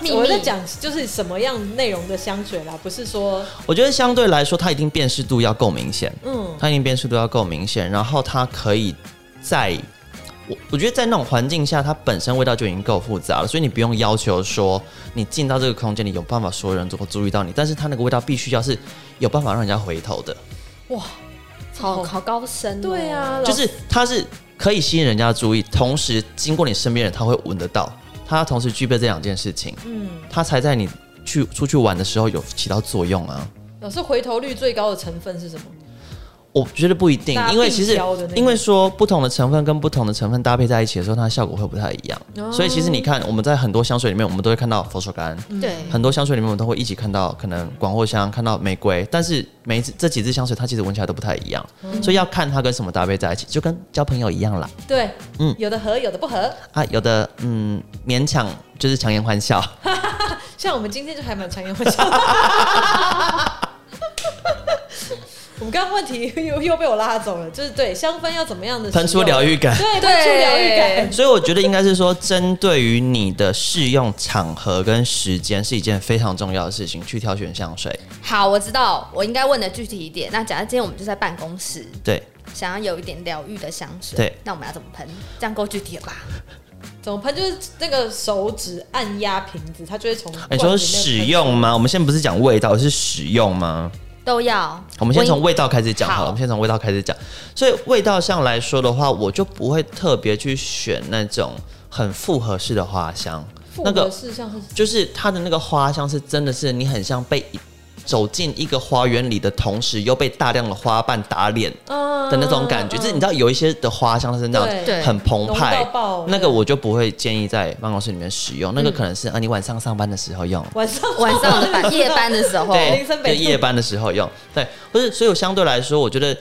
[SPEAKER 2] 秘密
[SPEAKER 1] 我在讲就是什么样内容的香水啦，不是说
[SPEAKER 3] 我觉得相对来说，它一定辨识度要够明显，
[SPEAKER 1] 嗯
[SPEAKER 3] 它一定辨识度要够明显，然后它可以在。我我觉得在那种环境下，它本身味道就已经够复杂了，所以你不用要求说你进到这个空间，你有办法所有人都注意到你，但是它那个味道必须要是有办法让人家回头的，
[SPEAKER 1] 哇，
[SPEAKER 2] 好
[SPEAKER 1] 好
[SPEAKER 2] 好高深、
[SPEAKER 1] 对啊，老
[SPEAKER 3] 就是它是可以吸引人家的注意，同时经过你身边的人他会闻得到，它同时具备这两件事情，
[SPEAKER 1] 嗯，
[SPEAKER 3] 它才在你去出去玩的时候有起到作用啊。
[SPEAKER 1] 老师回头率最高的成分是什么？
[SPEAKER 3] 我觉得不一定
[SPEAKER 1] 大，家
[SPEAKER 3] 因为其
[SPEAKER 1] 并
[SPEAKER 3] 实
[SPEAKER 1] 交的那个
[SPEAKER 3] 因为说不同的成分跟不同的成分搭配在一起的时候，它的效果会不太一样。
[SPEAKER 1] 哦
[SPEAKER 3] 所以其实你看，我们在很多香水里面，我们都会看到佛手
[SPEAKER 1] 嗯
[SPEAKER 3] 柑，
[SPEAKER 2] 对，
[SPEAKER 3] 很多香水里面我们都会一起看到可能广藿香，看到玫瑰，但是每一支这几支香水它其实闻起来都不太一样，
[SPEAKER 1] 嗯
[SPEAKER 3] 所以要看它跟什么搭配在一起，就跟交朋友一样啦。
[SPEAKER 1] 对，
[SPEAKER 3] 嗯
[SPEAKER 1] 有的合，有的不合。
[SPEAKER 3] 啊，有的嗯勉强就是强颜欢笑，
[SPEAKER 1] 像我们今天就还蛮常用
[SPEAKER 3] *laughs*
[SPEAKER 1] 笑的。我们刚刚问题又又被我拉走了，就是对香氛要怎么样的
[SPEAKER 3] 喷
[SPEAKER 1] 使
[SPEAKER 3] 出
[SPEAKER 1] 用
[SPEAKER 3] 疗，愈感。
[SPEAKER 1] 对，
[SPEAKER 2] *laughs* 对
[SPEAKER 1] 喷出疗愈感。
[SPEAKER 3] 所以我觉得应该是说，针对于你的适用场合跟时间是一件非常重要的事情，去挑选香水。
[SPEAKER 2] 好，我知道，我应该问的具体一点。那假如今天我们就在办公室，
[SPEAKER 3] 对，
[SPEAKER 2] 想要有一点疗愈的香水，
[SPEAKER 3] 对，
[SPEAKER 2] 那我们要怎么喷？这样够具体了吧？
[SPEAKER 1] 怎么喷？就是那个手指按压瓶子，它就会从罐
[SPEAKER 3] 哎你
[SPEAKER 1] 子里面
[SPEAKER 3] 说使用吗？我们先不是讲味道，是使用吗？
[SPEAKER 2] 都要。
[SPEAKER 3] 我们先从味道开始讲
[SPEAKER 2] 好
[SPEAKER 3] 好了。我们先从味道开始讲。所以味道上来说的话，我就不会特别去选那种很复合式的花香，
[SPEAKER 1] 复
[SPEAKER 3] 那
[SPEAKER 1] 合
[SPEAKER 3] 个
[SPEAKER 1] 式像是
[SPEAKER 3] 就是它的那个花香是真的是你很像被一走进一个花园里的同时，又被大量的花瓣打脸
[SPEAKER 1] 啊
[SPEAKER 3] 的那种感觉。就是你知道有一些的花香它是那种
[SPEAKER 1] 对
[SPEAKER 2] 对
[SPEAKER 3] 很澎
[SPEAKER 1] 浓
[SPEAKER 3] 湃
[SPEAKER 1] 到爆，
[SPEAKER 3] 那个我就不会建议在办公室里面使用。那个可能是啊，你晚上上班的时候用。
[SPEAKER 1] 晚上
[SPEAKER 3] *laughs*
[SPEAKER 2] 晚上的班夜班的时候，
[SPEAKER 3] 对，
[SPEAKER 1] 凌晨北
[SPEAKER 3] 就
[SPEAKER 1] 路
[SPEAKER 3] 夜班的时候用。对，不是，所以我相对来说，我觉得，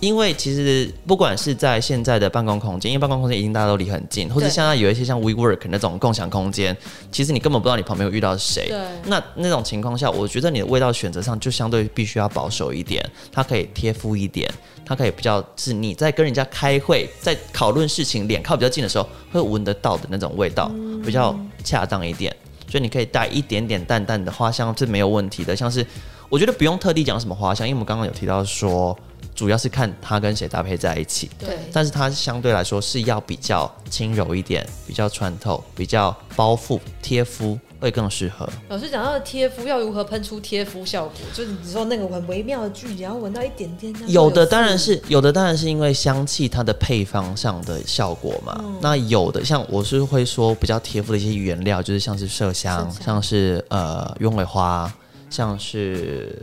[SPEAKER 3] 因为其实不管是在现在的办公空间，因为办公空间已经大家都离很近，或者
[SPEAKER 2] 对
[SPEAKER 3] 现在有一些像 WeWork 那种共享空间，其实你根本不知道你旁边会遇到谁
[SPEAKER 1] 对。
[SPEAKER 3] 那那种情况下，我觉得你的味道选择上就相对必须要保守一点，它可以贴肤一点，它可以比较是你在跟人家开会、在讨论事情，脸靠比较近的时候会闻得到的那种味道，比较恰当一点。所以你可以带一点点淡淡的花香是没有问题的，像是我觉得不用特地讲什么花香，因为我们刚刚有提到说，主要是看它跟谁搭配在一起。
[SPEAKER 2] 对
[SPEAKER 3] 但是它相对来说是要比较轻柔一点，比较穿透，比较包覆贴肤，会更适合。
[SPEAKER 1] 老师讲到的贴肤要如何喷出贴肤效果，就是你说那个很微妙的距离，然后闻到一点点。那
[SPEAKER 3] 有的
[SPEAKER 1] 会 feel
[SPEAKER 3] 当然是有的当然是因为香气它的配方上的效果嘛。那有的像我是会说比较贴肤的一些原料，就是像是麝香，
[SPEAKER 1] 麝香
[SPEAKER 3] 像是呃鸢尾花，像是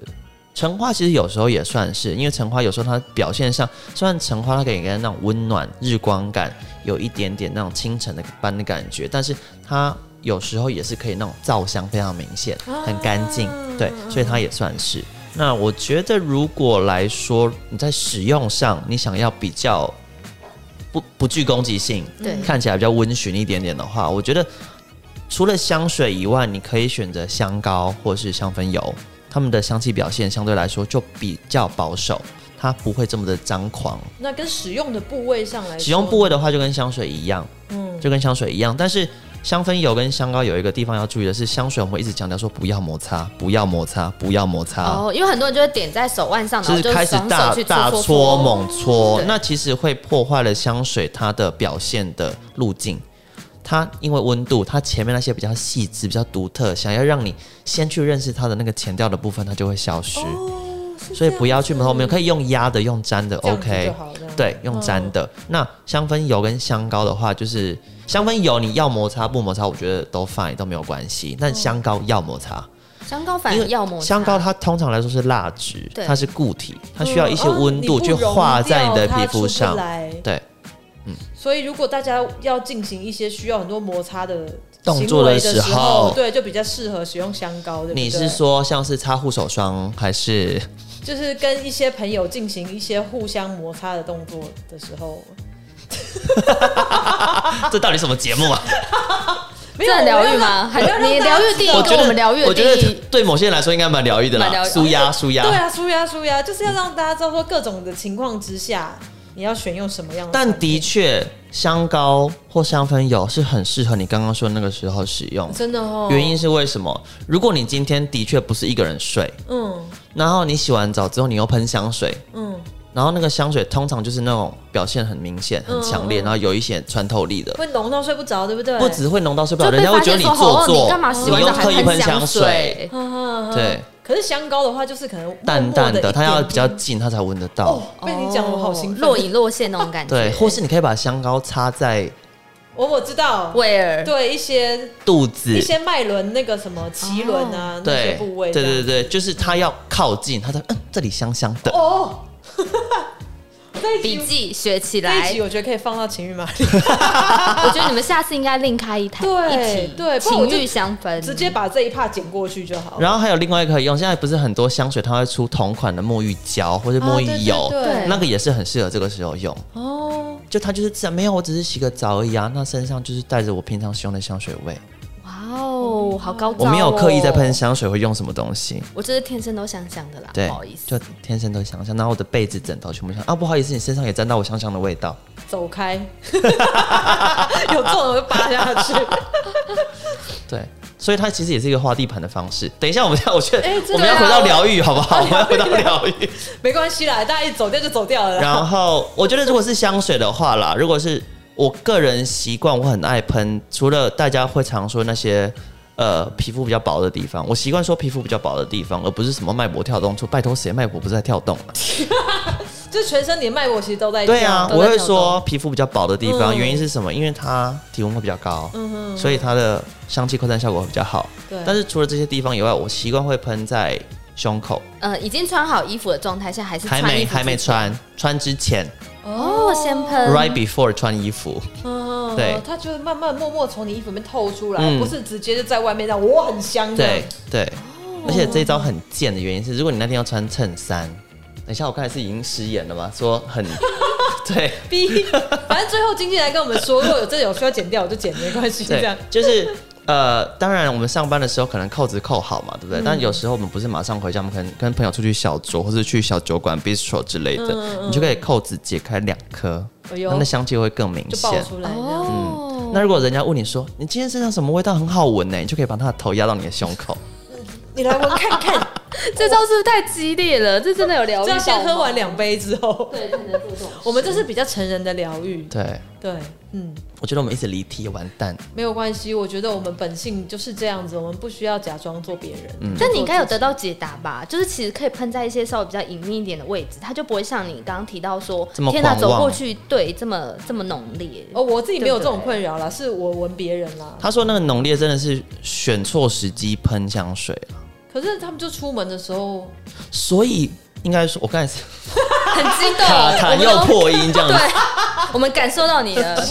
[SPEAKER 3] 橙花。其实有时候也算是，因为橙花有时候它表现上，虽然橙花它给人那种温暖日光感，有一点点那种清晨的般的感觉，但是它。有时候也是可以那种皂香非常明显，很干净，对，所以它也算是。那我觉得，如果来说你在使用上，你想要比较不不具攻击性，
[SPEAKER 2] 对
[SPEAKER 3] 嗯看起来比较温驯一点点的话，我觉得除了香水以外，你可以选择香膏或是香氛油，它们的香气表现相对来说就比较保守，它不会这么的张狂。
[SPEAKER 1] 那跟使用的部位上来说，
[SPEAKER 3] 使用部位的话，就跟香水一样，
[SPEAKER 1] 嗯
[SPEAKER 3] 就跟香水一样，但是。香氛油跟香膏有一个地方要注意的是，香水我们一直强调说不要摩擦，不要摩擦，不要摩擦。
[SPEAKER 2] 哦，因为很多人就会点在手腕上，然
[SPEAKER 3] 啊就
[SPEAKER 2] 后
[SPEAKER 3] 是开始
[SPEAKER 2] 双手
[SPEAKER 3] 大
[SPEAKER 2] 去
[SPEAKER 3] 大
[SPEAKER 2] 搓
[SPEAKER 3] 搓
[SPEAKER 2] 搓。
[SPEAKER 3] 猛搓
[SPEAKER 2] 对，
[SPEAKER 3] 那其实会破坏了香水它的表现的路径。它因为温度，它前面那些比较细致、比较独特，想要让你先去认识它的那个前调的部分，它就会消失。
[SPEAKER 1] 哦
[SPEAKER 3] 所以不要去后面可以用压的、用粘的
[SPEAKER 1] 这样子
[SPEAKER 3] ，OK
[SPEAKER 1] 就。好了。
[SPEAKER 3] 对，用粘的。那香氛油跟香膏的话，就是香氛油你要摩擦不摩擦，我觉得都 fine 都没有关系。但香膏要摩擦，
[SPEAKER 2] 香膏
[SPEAKER 3] 因
[SPEAKER 2] 反而
[SPEAKER 3] 为
[SPEAKER 2] 要抹
[SPEAKER 3] 香膏它通常来说是蜡质
[SPEAKER 2] 对，
[SPEAKER 3] 它是固体，它需要一些温度
[SPEAKER 1] 嗯嗯哦
[SPEAKER 3] 去化在你的皮肤
[SPEAKER 1] 你
[SPEAKER 3] 上
[SPEAKER 1] 不溶掉它出不。来
[SPEAKER 3] 对，
[SPEAKER 1] 所以如果大家要进行一些需要很多摩擦的
[SPEAKER 3] 动作的
[SPEAKER 1] 的
[SPEAKER 3] 时候
[SPEAKER 1] 候，对，就比较适合使用香膏，对不对？
[SPEAKER 3] 你是说像是擦护手霜还是？
[SPEAKER 1] *laughs* 就是跟一些朋友进行一些互相摩擦的动作的时候，
[SPEAKER 3] 这到底什么节目啊？
[SPEAKER 1] 没
[SPEAKER 2] 这很疗愈吗？
[SPEAKER 1] 我
[SPEAKER 2] 还
[SPEAKER 1] 要让
[SPEAKER 2] 你
[SPEAKER 1] 我要让大家
[SPEAKER 2] 疗愈第一
[SPEAKER 1] 知道
[SPEAKER 3] 我
[SPEAKER 2] 跟
[SPEAKER 3] 觉
[SPEAKER 2] 我们
[SPEAKER 3] 得
[SPEAKER 2] 疗愈，
[SPEAKER 3] 我
[SPEAKER 2] 的
[SPEAKER 3] 觉
[SPEAKER 2] 第
[SPEAKER 3] 得
[SPEAKER 2] 一，
[SPEAKER 3] 对某些人来说应该蛮疗愈的
[SPEAKER 2] 蛮疗
[SPEAKER 3] 啦，
[SPEAKER 2] 愈
[SPEAKER 3] 舒压舒
[SPEAKER 1] 对
[SPEAKER 3] 压。
[SPEAKER 1] 啊，舒压舒压，就是要让大家知道说各种的情况之下，你要选用什么样的产品。
[SPEAKER 3] 但的确，香膏或香氛油是很适合你刚刚说那个时候使用。
[SPEAKER 1] 真的哦，
[SPEAKER 3] 原因是为什么？如果你今天的确不是一个人睡，
[SPEAKER 1] 嗯
[SPEAKER 3] 然后你洗完澡之后你又喷香水，
[SPEAKER 1] 嗯，
[SPEAKER 3] 然后那个香水通常就是那种表现很明显、很强烈，然后有一些穿透力的，
[SPEAKER 1] 会浓到睡不着，对不对？
[SPEAKER 3] 不只会浓到睡不着，
[SPEAKER 2] 就
[SPEAKER 3] 人
[SPEAKER 2] 被
[SPEAKER 3] 家会
[SPEAKER 2] 发
[SPEAKER 3] 觉得
[SPEAKER 2] 现说
[SPEAKER 3] 你做
[SPEAKER 2] 哦，
[SPEAKER 3] 作，
[SPEAKER 2] 你干嘛洗完
[SPEAKER 3] 你
[SPEAKER 2] 澡
[SPEAKER 3] 又
[SPEAKER 2] 还
[SPEAKER 3] 特意
[SPEAKER 2] 喷
[SPEAKER 3] 喷香
[SPEAKER 2] 水？？
[SPEAKER 1] 嗯，嗯嗯
[SPEAKER 3] 对，
[SPEAKER 1] 可是香膏的话，就是可能
[SPEAKER 3] 淡淡的，它
[SPEAKER 1] 它
[SPEAKER 3] 要比较近，它才闻得到。
[SPEAKER 1] 哦。被你讲，我好兴奋。哦
[SPEAKER 2] 若隐若现那种感觉。
[SPEAKER 3] 对，或是你可以把香膏擦在
[SPEAKER 1] 我我知道，
[SPEAKER 2] 威尔，
[SPEAKER 1] 对一些
[SPEAKER 3] 肚子
[SPEAKER 1] 一，些脉轮那个什么脐轮啊、那些
[SPEAKER 3] 哦对，
[SPEAKER 1] 部位，
[SPEAKER 3] 对对。对，就是它要靠近，它在嗯这里香香的，
[SPEAKER 1] 哦，这一
[SPEAKER 2] 笔
[SPEAKER 1] 集
[SPEAKER 2] 记学起
[SPEAKER 1] 这一
[SPEAKER 2] 来
[SPEAKER 1] 集。我觉得可以放到情欲马里，
[SPEAKER 2] 我觉得你们下次应该另开一台，
[SPEAKER 1] 对
[SPEAKER 2] 一题
[SPEAKER 1] 对不然我
[SPEAKER 2] 情
[SPEAKER 1] 就
[SPEAKER 2] 欲香氛，
[SPEAKER 1] 直接把这一帕剪过去就好。
[SPEAKER 3] 然后还有另外一个可以用，现在不是很多香水它会出同款的沐浴胶或者沐
[SPEAKER 1] 啊对
[SPEAKER 3] 浴
[SPEAKER 1] 对
[SPEAKER 3] 油，
[SPEAKER 1] 对
[SPEAKER 3] 那个也是很适合这个时候用。
[SPEAKER 1] 哦，
[SPEAKER 3] 就它就是自然，没有，我只是洗个澡而已啊。那身上就是带着我平常使用的香水味，
[SPEAKER 2] 哇哦，好高、哦！
[SPEAKER 3] 我没有刻意在喷，香水，会用什么东西？
[SPEAKER 2] 我就是天生都香香的啦，
[SPEAKER 3] 对，
[SPEAKER 2] 不好意思
[SPEAKER 3] 就。天生都香香。然后我的被子、枕头全部香啊，不好意思，你身上也沾到我香香的味道。
[SPEAKER 1] 走开， *laughs* 有这种我就扒下
[SPEAKER 3] *laughs*
[SPEAKER 1] 去。
[SPEAKER 3] 对，所以它其实也是一个画地盘的方式。等一下，我们要，我觉得、
[SPEAKER 1] 哎真的
[SPEAKER 3] 我们要
[SPEAKER 1] 啊
[SPEAKER 3] 回到疗愈，好不好？
[SPEAKER 2] 啊
[SPEAKER 3] 我们要回到疗愈。
[SPEAKER 1] 没关系啦，大家一走掉就走掉了啦。
[SPEAKER 3] *laughs* 然后我觉得，如果是香水的话啦，如果是我个人习惯，我很爱喷。除了大家会常说那些呃皮肤比较薄的地方，我习惯说皮肤比较薄的地方，而不是什么脉搏跳动处。拜托，谁脉搏不是在跳动啊？
[SPEAKER 1] 就全身连脉搏其实都在
[SPEAKER 3] 对
[SPEAKER 1] 跳
[SPEAKER 3] 啊，
[SPEAKER 1] 都
[SPEAKER 3] 我
[SPEAKER 1] 在
[SPEAKER 3] 会
[SPEAKER 1] 跳
[SPEAKER 3] 说皮肤比较薄的地方，
[SPEAKER 1] 嗯
[SPEAKER 3] 原因是什么？因为它体温会比较高，所以它的香气扩散效果会比较好。
[SPEAKER 1] 对
[SPEAKER 3] 但是除了这些地方以外，我习惯会喷在胸口，
[SPEAKER 2] 呃，已经穿好衣服的状态下，还是
[SPEAKER 3] 还
[SPEAKER 2] 穿
[SPEAKER 3] 没
[SPEAKER 2] 衣服
[SPEAKER 3] 还没
[SPEAKER 2] 之前
[SPEAKER 3] 穿，穿之前、
[SPEAKER 2] 哦，先喷
[SPEAKER 3] r i g h t before 穿衣服。
[SPEAKER 1] 嗯，
[SPEAKER 3] 对
[SPEAKER 1] 它就慢慢默默从你衣服里面透出来，
[SPEAKER 3] 嗯
[SPEAKER 1] 不是直接就在外面让我很香的。
[SPEAKER 3] 对对，
[SPEAKER 1] 哦
[SPEAKER 3] 而且这一招很贱的原因是，如果你那天要穿衬衫，等一下我刚才是已经失言了嘛，说
[SPEAKER 1] *laughs*
[SPEAKER 3] 很对
[SPEAKER 1] 逼，反正最后经纪人来跟我们说，如果有这有需要剪掉，我就剪，没关系，这
[SPEAKER 3] 对 *laughs*
[SPEAKER 1] 样。，
[SPEAKER 3] 就是呃，当然我们上班的时候可能扣子扣好嘛，对
[SPEAKER 1] 嗯
[SPEAKER 3] 不对？但有时候我们不是马上回家，我们可能跟朋友出去小酌，或是去小酒馆 bistro 之类的，你就可以扣子解开两颗，
[SPEAKER 1] 嗯哎
[SPEAKER 3] 那
[SPEAKER 1] 呦
[SPEAKER 3] 那，香气会更明
[SPEAKER 1] 就爆
[SPEAKER 3] 显。
[SPEAKER 1] 出来这样。
[SPEAKER 2] 哦，
[SPEAKER 3] 那如果人家问你说你今天身上什么味道很好闻呢，欸你就可以把他的头压到你的胸口。
[SPEAKER 1] 你来闻看
[SPEAKER 2] *laughs*
[SPEAKER 1] 看，
[SPEAKER 2] 这招是不是太激烈了？这真的有疗愈
[SPEAKER 1] 这样
[SPEAKER 2] 到吗
[SPEAKER 1] 先喝完两杯之后，
[SPEAKER 2] 对，真的这种
[SPEAKER 1] 我们这是比较成人的疗愈。
[SPEAKER 3] 对，
[SPEAKER 1] 对，嗯，
[SPEAKER 3] 我觉得我们一直离题，完蛋。
[SPEAKER 1] 没有关系，我觉得我们本性就是这样子，我们不需要假装做别人。
[SPEAKER 3] 嗯
[SPEAKER 2] 但你应该有得到解答吧？就是其实可以喷在一些稍微比较隐秘一点的位置，它就不会像你刚刚提到说
[SPEAKER 3] 这，么
[SPEAKER 2] 天哪，
[SPEAKER 3] 狂
[SPEAKER 2] 走
[SPEAKER 3] 妄
[SPEAKER 2] 过去，对，这么这么浓烈。
[SPEAKER 1] 哦，我自己没有这
[SPEAKER 2] 对
[SPEAKER 1] 种困扰啦，是我闻别人啦。
[SPEAKER 3] 他说那个浓烈真的是选错时机喷香水了，
[SPEAKER 1] 可是他们就出门的时候，
[SPEAKER 3] 所以应该说，我刚
[SPEAKER 1] *laughs*
[SPEAKER 3] 才是
[SPEAKER 2] 很
[SPEAKER 1] 哦
[SPEAKER 2] 激动，
[SPEAKER 3] 卡
[SPEAKER 2] 我
[SPEAKER 3] 痰
[SPEAKER 2] 们
[SPEAKER 3] 又
[SPEAKER 2] 都
[SPEAKER 3] 破音这样子，
[SPEAKER 2] 对，我们感受到你
[SPEAKER 3] *laughs*
[SPEAKER 2] 了。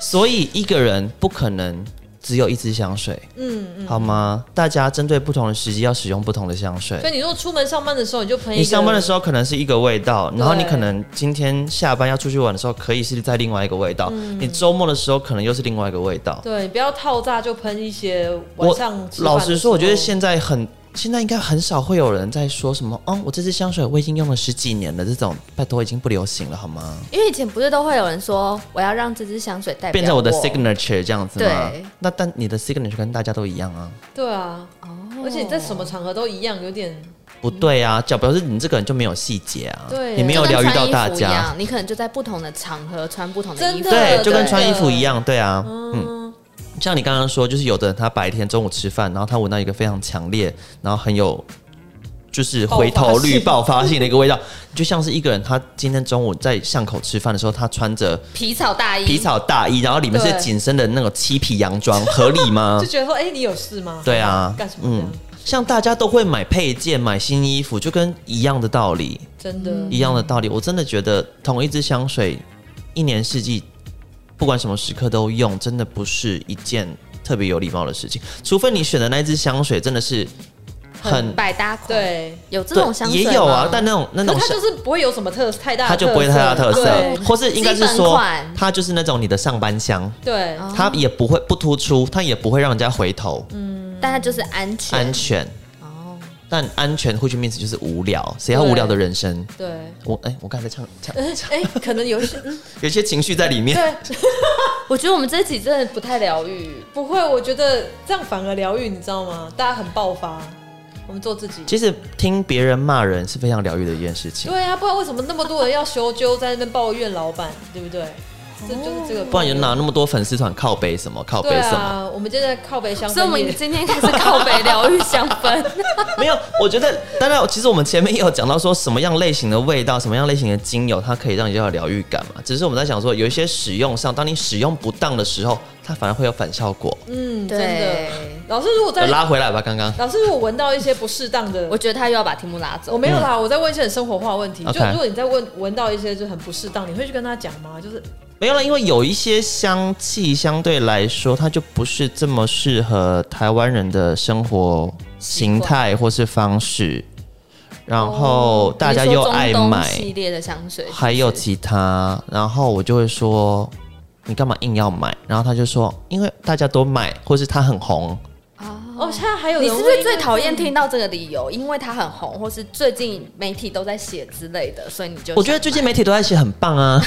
[SPEAKER 3] 所以一个人不可能只有一支香水，
[SPEAKER 1] 嗯嗯，
[SPEAKER 3] 好吗？大家针对不同的时机要使用不同的香水
[SPEAKER 1] 所。以你如果出门上班的时候，你就喷一个。
[SPEAKER 3] 你上班的时候可能是一个味道，然后你
[SPEAKER 1] 对
[SPEAKER 3] 可能今天下班要出去玩的时候，可以是在另外一个味道。
[SPEAKER 1] 嗯
[SPEAKER 3] 你周末的时候可能又是另外一个味道。
[SPEAKER 1] 对，你不要套炸就喷一些。晚
[SPEAKER 3] 我
[SPEAKER 1] 上吃饭的
[SPEAKER 3] 老实说，我觉得
[SPEAKER 1] 时候
[SPEAKER 3] 现在很，现在应该很少会有人在说什么，嗯，我这支香水我已经用了十几年了，这种拜托已经不流行了好吗？
[SPEAKER 2] 因为以前不是都会有人说，我要让这支香水代表
[SPEAKER 3] 变成我的
[SPEAKER 2] 我
[SPEAKER 3] signature 这样子吗
[SPEAKER 2] 对？
[SPEAKER 3] 那但你的 signature 跟大家都一样啊，
[SPEAKER 1] 对啊，
[SPEAKER 2] 哦
[SPEAKER 1] 而且你在什么场合都一样，有点
[SPEAKER 3] 不对啊，就表示你这个人就没有细节啊，
[SPEAKER 1] 对
[SPEAKER 3] 你没
[SPEAKER 2] 就
[SPEAKER 3] 有
[SPEAKER 2] 跟
[SPEAKER 3] 疗愈
[SPEAKER 2] 穿
[SPEAKER 3] 到
[SPEAKER 2] 衣
[SPEAKER 3] 大
[SPEAKER 2] 服一
[SPEAKER 3] 家，
[SPEAKER 2] 样，啊你可能就在不同的场合穿不同的
[SPEAKER 1] 真
[SPEAKER 2] 衣
[SPEAKER 1] 的
[SPEAKER 2] 服。
[SPEAKER 3] 对，就跟
[SPEAKER 1] 对
[SPEAKER 3] 穿衣服
[SPEAKER 1] 对
[SPEAKER 3] 一样，对啊，嗯。
[SPEAKER 1] 嗯，
[SPEAKER 3] 像你刚刚说，就是有的人他白天中午吃饭，然后他闻到一个非常强烈，然后很有就是回头率
[SPEAKER 1] 爆
[SPEAKER 3] 爆发性的一
[SPEAKER 1] *laughs*
[SPEAKER 3] 个味道，就像是一个人他今天中午在巷口吃饭的时候，他穿着
[SPEAKER 2] 皮草大衣，
[SPEAKER 3] 皮草大衣，然后里面是
[SPEAKER 1] 对
[SPEAKER 3] 紧身的那种漆皮洋装，合理吗
[SPEAKER 1] *laughs* 就？觉得说，哎、你有事吗？
[SPEAKER 3] 嗯对啊
[SPEAKER 1] 干什么这样？
[SPEAKER 3] 像大家都会买配件、买新衣服，就跟一样的道理，
[SPEAKER 1] 真的，
[SPEAKER 2] 嗯
[SPEAKER 3] 一样的道理。我真的觉得同一支香水，一年四季，不管什么时刻都用，真的不是一件特别有礼貌的事情。除非你选的那支香水真的是很
[SPEAKER 2] 百搭款，，
[SPEAKER 1] 对。
[SPEAKER 2] 有这
[SPEAKER 3] 对
[SPEAKER 2] 种香水
[SPEAKER 3] 也
[SPEAKER 2] 吗
[SPEAKER 3] 有啊，但那种那
[SPEAKER 1] 可
[SPEAKER 3] 种
[SPEAKER 1] 是它
[SPEAKER 3] 香
[SPEAKER 1] 就是不会有什么特太大的
[SPEAKER 3] 它就不会太大特色
[SPEAKER 1] 对，
[SPEAKER 3] 或是应该是
[SPEAKER 2] 基本
[SPEAKER 3] 说
[SPEAKER 2] 款
[SPEAKER 3] 它就是那种你的上班香，
[SPEAKER 1] 对，
[SPEAKER 2] 哦
[SPEAKER 3] 它也不会不突出，它也不会让人家回头，
[SPEAKER 2] 嗯但它就是安全。
[SPEAKER 3] 安全。
[SPEAKER 2] 哦，
[SPEAKER 3] 但安全 which means 就是无聊，谁要无聊的人生？
[SPEAKER 1] 对， *laughs*
[SPEAKER 3] 我哎、我刚才在唱唱，
[SPEAKER 1] 哎、可能有一些嗯
[SPEAKER 3] 有一些情绪在里面。
[SPEAKER 1] 对，
[SPEAKER 2] 我觉得我们这集真的不太疗
[SPEAKER 3] *laughs*
[SPEAKER 2] 愈。
[SPEAKER 1] 不会，我觉得这样反而疗愈，你知道吗？大家很爆发，我们做自己。
[SPEAKER 3] 其实听别人骂人是非常疗愈的一件事情，
[SPEAKER 1] 对啊，不然为什么那么多人要修纠在那边抱怨老板，对不对？这就是这个，
[SPEAKER 3] 不然有哪那么多粉丝团靠背什么靠背
[SPEAKER 1] 对
[SPEAKER 3] 什么？
[SPEAKER 1] 啊，我们就在靠北相
[SPEAKER 2] 所以我
[SPEAKER 1] 分
[SPEAKER 2] 们
[SPEAKER 1] 野，
[SPEAKER 2] 今天开始靠北疗愈香
[SPEAKER 3] *laughs*
[SPEAKER 2] 氛，
[SPEAKER 3] 没有，我觉得当然，其实我们前面也有讲到说什么样类型的味道，什么样类型的精油，它可以让你有疗愈感嘛。只是我们在想说，有一些使用上，当你使用不当的时候，它反而会有反效果。
[SPEAKER 1] 嗯，真
[SPEAKER 2] 对
[SPEAKER 1] 的。，老师，如果
[SPEAKER 3] 我
[SPEAKER 1] 在
[SPEAKER 3] 拉回来吧，刚刚
[SPEAKER 1] 老师，如果闻到一些不适当的，
[SPEAKER 2] 我
[SPEAKER 1] 我嗯
[SPEAKER 2] 觉得他又要把题目拉走。
[SPEAKER 1] 我没有啦，我在问一些很生活化的问题。就
[SPEAKER 3] OK
[SPEAKER 1] 如果你在问闻到一些就很不适当，你会去跟他讲吗？就是
[SPEAKER 3] 没有了，因为有一些香气相对来说，它就不是这么适合台湾人的生活形态或是方式，然后大家又爱
[SPEAKER 2] 比如说中东
[SPEAKER 3] 买。
[SPEAKER 2] 系列的香水，
[SPEAKER 3] 还有
[SPEAKER 2] 是
[SPEAKER 3] 其他，然后我就会说你干嘛硬要买？然后他就说因为大家都买，或是他很红，
[SPEAKER 2] 不是哦。
[SPEAKER 1] 哦，现在还有
[SPEAKER 2] 你
[SPEAKER 1] 人
[SPEAKER 2] 是不
[SPEAKER 1] 会
[SPEAKER 2] 是最讨厌听到这个理由？因为它很红，或是最近媒体都在写之类的，所以你就
[SPEAKER 3] 我觉得最近媒体都在写很
[SPEAKER 1] *laughs*
[SPEAKER 3] 棒啊，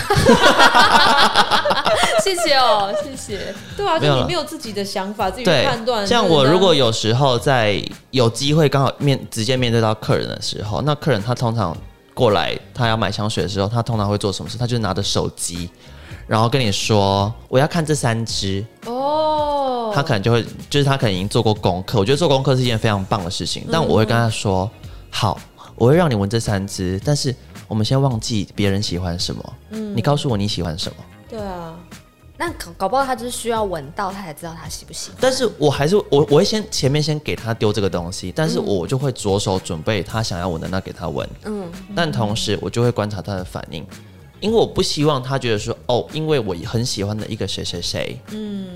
[SPEAKER 2] 谢谢哦，谢谢。
[SPEAKER 1] 对啊，
[SPEAKER 3] 没有
[SPEAKER 1] 就你
[SPEAKER 3] 了
[SPEAKER 1] 没有自己的想法，自己去
[SPEAKER 3] 对
[SPEAKER 1] 判断。，
[SPEAKER 3] 像
[SPEAKER 1] 就是
[SPEAKER 3] 我
[SPEAKER 1] 人家
[SPEAKER 3] 如果有时候在有机会刚好面直接面对到客人的时候，那客人他通常过来他要买香水的时候，他通常会做什么事？他就是拿着手机。然后跟你说我要看这三支，
[SPEAKER 1] 哦，
[SPEAKER 3] 他可能就会，就是他可能已经做过功课。我觉得做功课是一件非常棒的事情，但我会跟他说，好，我会让你闻这三支，但是我们先忘记别人喜欢什么，你告诉我你喜欢什么。
[SPEAKER 1] 对啊，
[SPEAKER 2] *laughs* 那搞搞不好他就是需要闻到，他才知道他喜不喜欢。
[SPEAKER 3] 但是我还是我我会先前面先给他丢这个东西，但是我就会着手准备他想要闻的那给他闻，
[SPEAKER 2] 嗯，
[SPEAKER 3] 但同时我就会观察他的反应。因为我不希望他觉得说哦，因为我很喜欢的一个谁谁谁，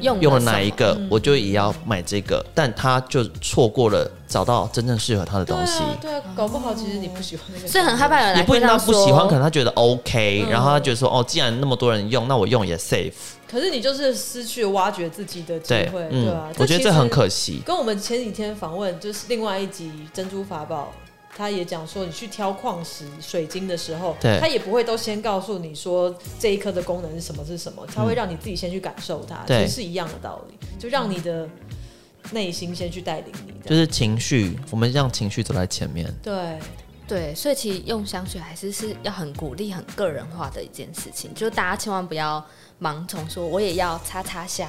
[SPEAKER 2] 用
[SPEAKER 3] 用了
[SPEAKER 2] 什么
[SPEAKER 3] 哪一？个，我就也要买这个，但他就错过了找到真正适合他的
[SPEAKER 1] 对
[SPEAKER 3] 东西。
[SPEAKER 1] 啊，对啊，搞不好其实你不喜欢那个，
[SPEAKER 2] 所以很害怕有啊人来
[SPEAKER 3] 也不一定他
[SPEAKER 2] 到
[SPEAKER 3] 不喜欢，可能他觉得 OK，、然后他觉得说哦，既然那么多人用，那我用也 safe。
[SPEAKER 1] 可是你就是失去挖掘自己的机
[SPEAKER 3] 对，
[SPEAKER 1] 会，
[SPEAKER 3] 嗯，
[SPEAKER 1] 对啊，
[SPEAKER 3] 我觉得
[SPEAKER 1] 其
[SPEAKER 3] 这
[SPEAKER 1] 实
[SPEAKER 3] 很可惜。
[SPEAKER 1] 跟我们前几天访问就是另外一集《珍珠法宝》，他也讲说，你去挑矿石、水晶的时候，
[SPEAKER 3] 对
[SPEAKER 1] 他也不会都先告诉你说这一颗的功能是什么是什么，他会让你自己先去感受它，
[SPEAKER 3] 对
[SPEAKER 1] 其实是一样的道理，就让你的内心先去带领你这样，
[SPEAKER 3] 就是情绪，我们让情绪走在前面。
[SPEAKER 1] 对，
[SPEAKER 2] 对，所以其实用香水还是是要很鼓励、很个人化的一件事情，就大家千万不要盲从说我也要擦擦香，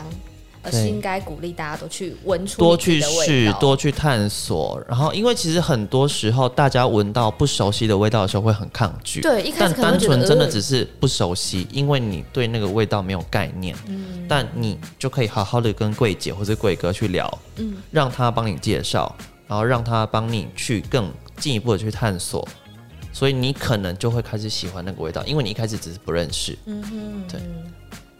[SPEAKER 2] 而是
[SPEAKER 3] 对
[SPEAKER 2] 应该鼓励大家都去闻出
[SPEAKER 3] 多
[SPEAKER 2] 你自己
[SPEAKER 3] 去
[SPEAKER 2] 的味
[SPEAKER 3] 试，
[SPEAKER 2] 道
[SPEAKER 3] 多去探索。然后，因为其实很多时候大家闻到不熟悉的味道的时候会很抗拒，
[SPEAKER 2] 对一开
[SPEAKER 3] 但
[SPEAKER 2] 始可能会
[SPEAKER 3] 单
[SPEAKER 2] 觉得
[SPEAKER 3] 纯真的
[SPEAKER 2] 呃
[SPEAKER 3] 只是不熟悉，因为你对那个味道没有概念。
[SPEAKER 2] 嗯
[SPEAKER 3] 但你就可以好好的跟柜姐或者柜哥去聊，
[SPEAKER 2] 嗯
[SPEAKER 3] 让他帮你介绍，然后让他帮你去更进一步的去探索。所以你可能就会开始喜欢那个味道，因为你一开始只是不认识。
[SPEAKER 2] 嗯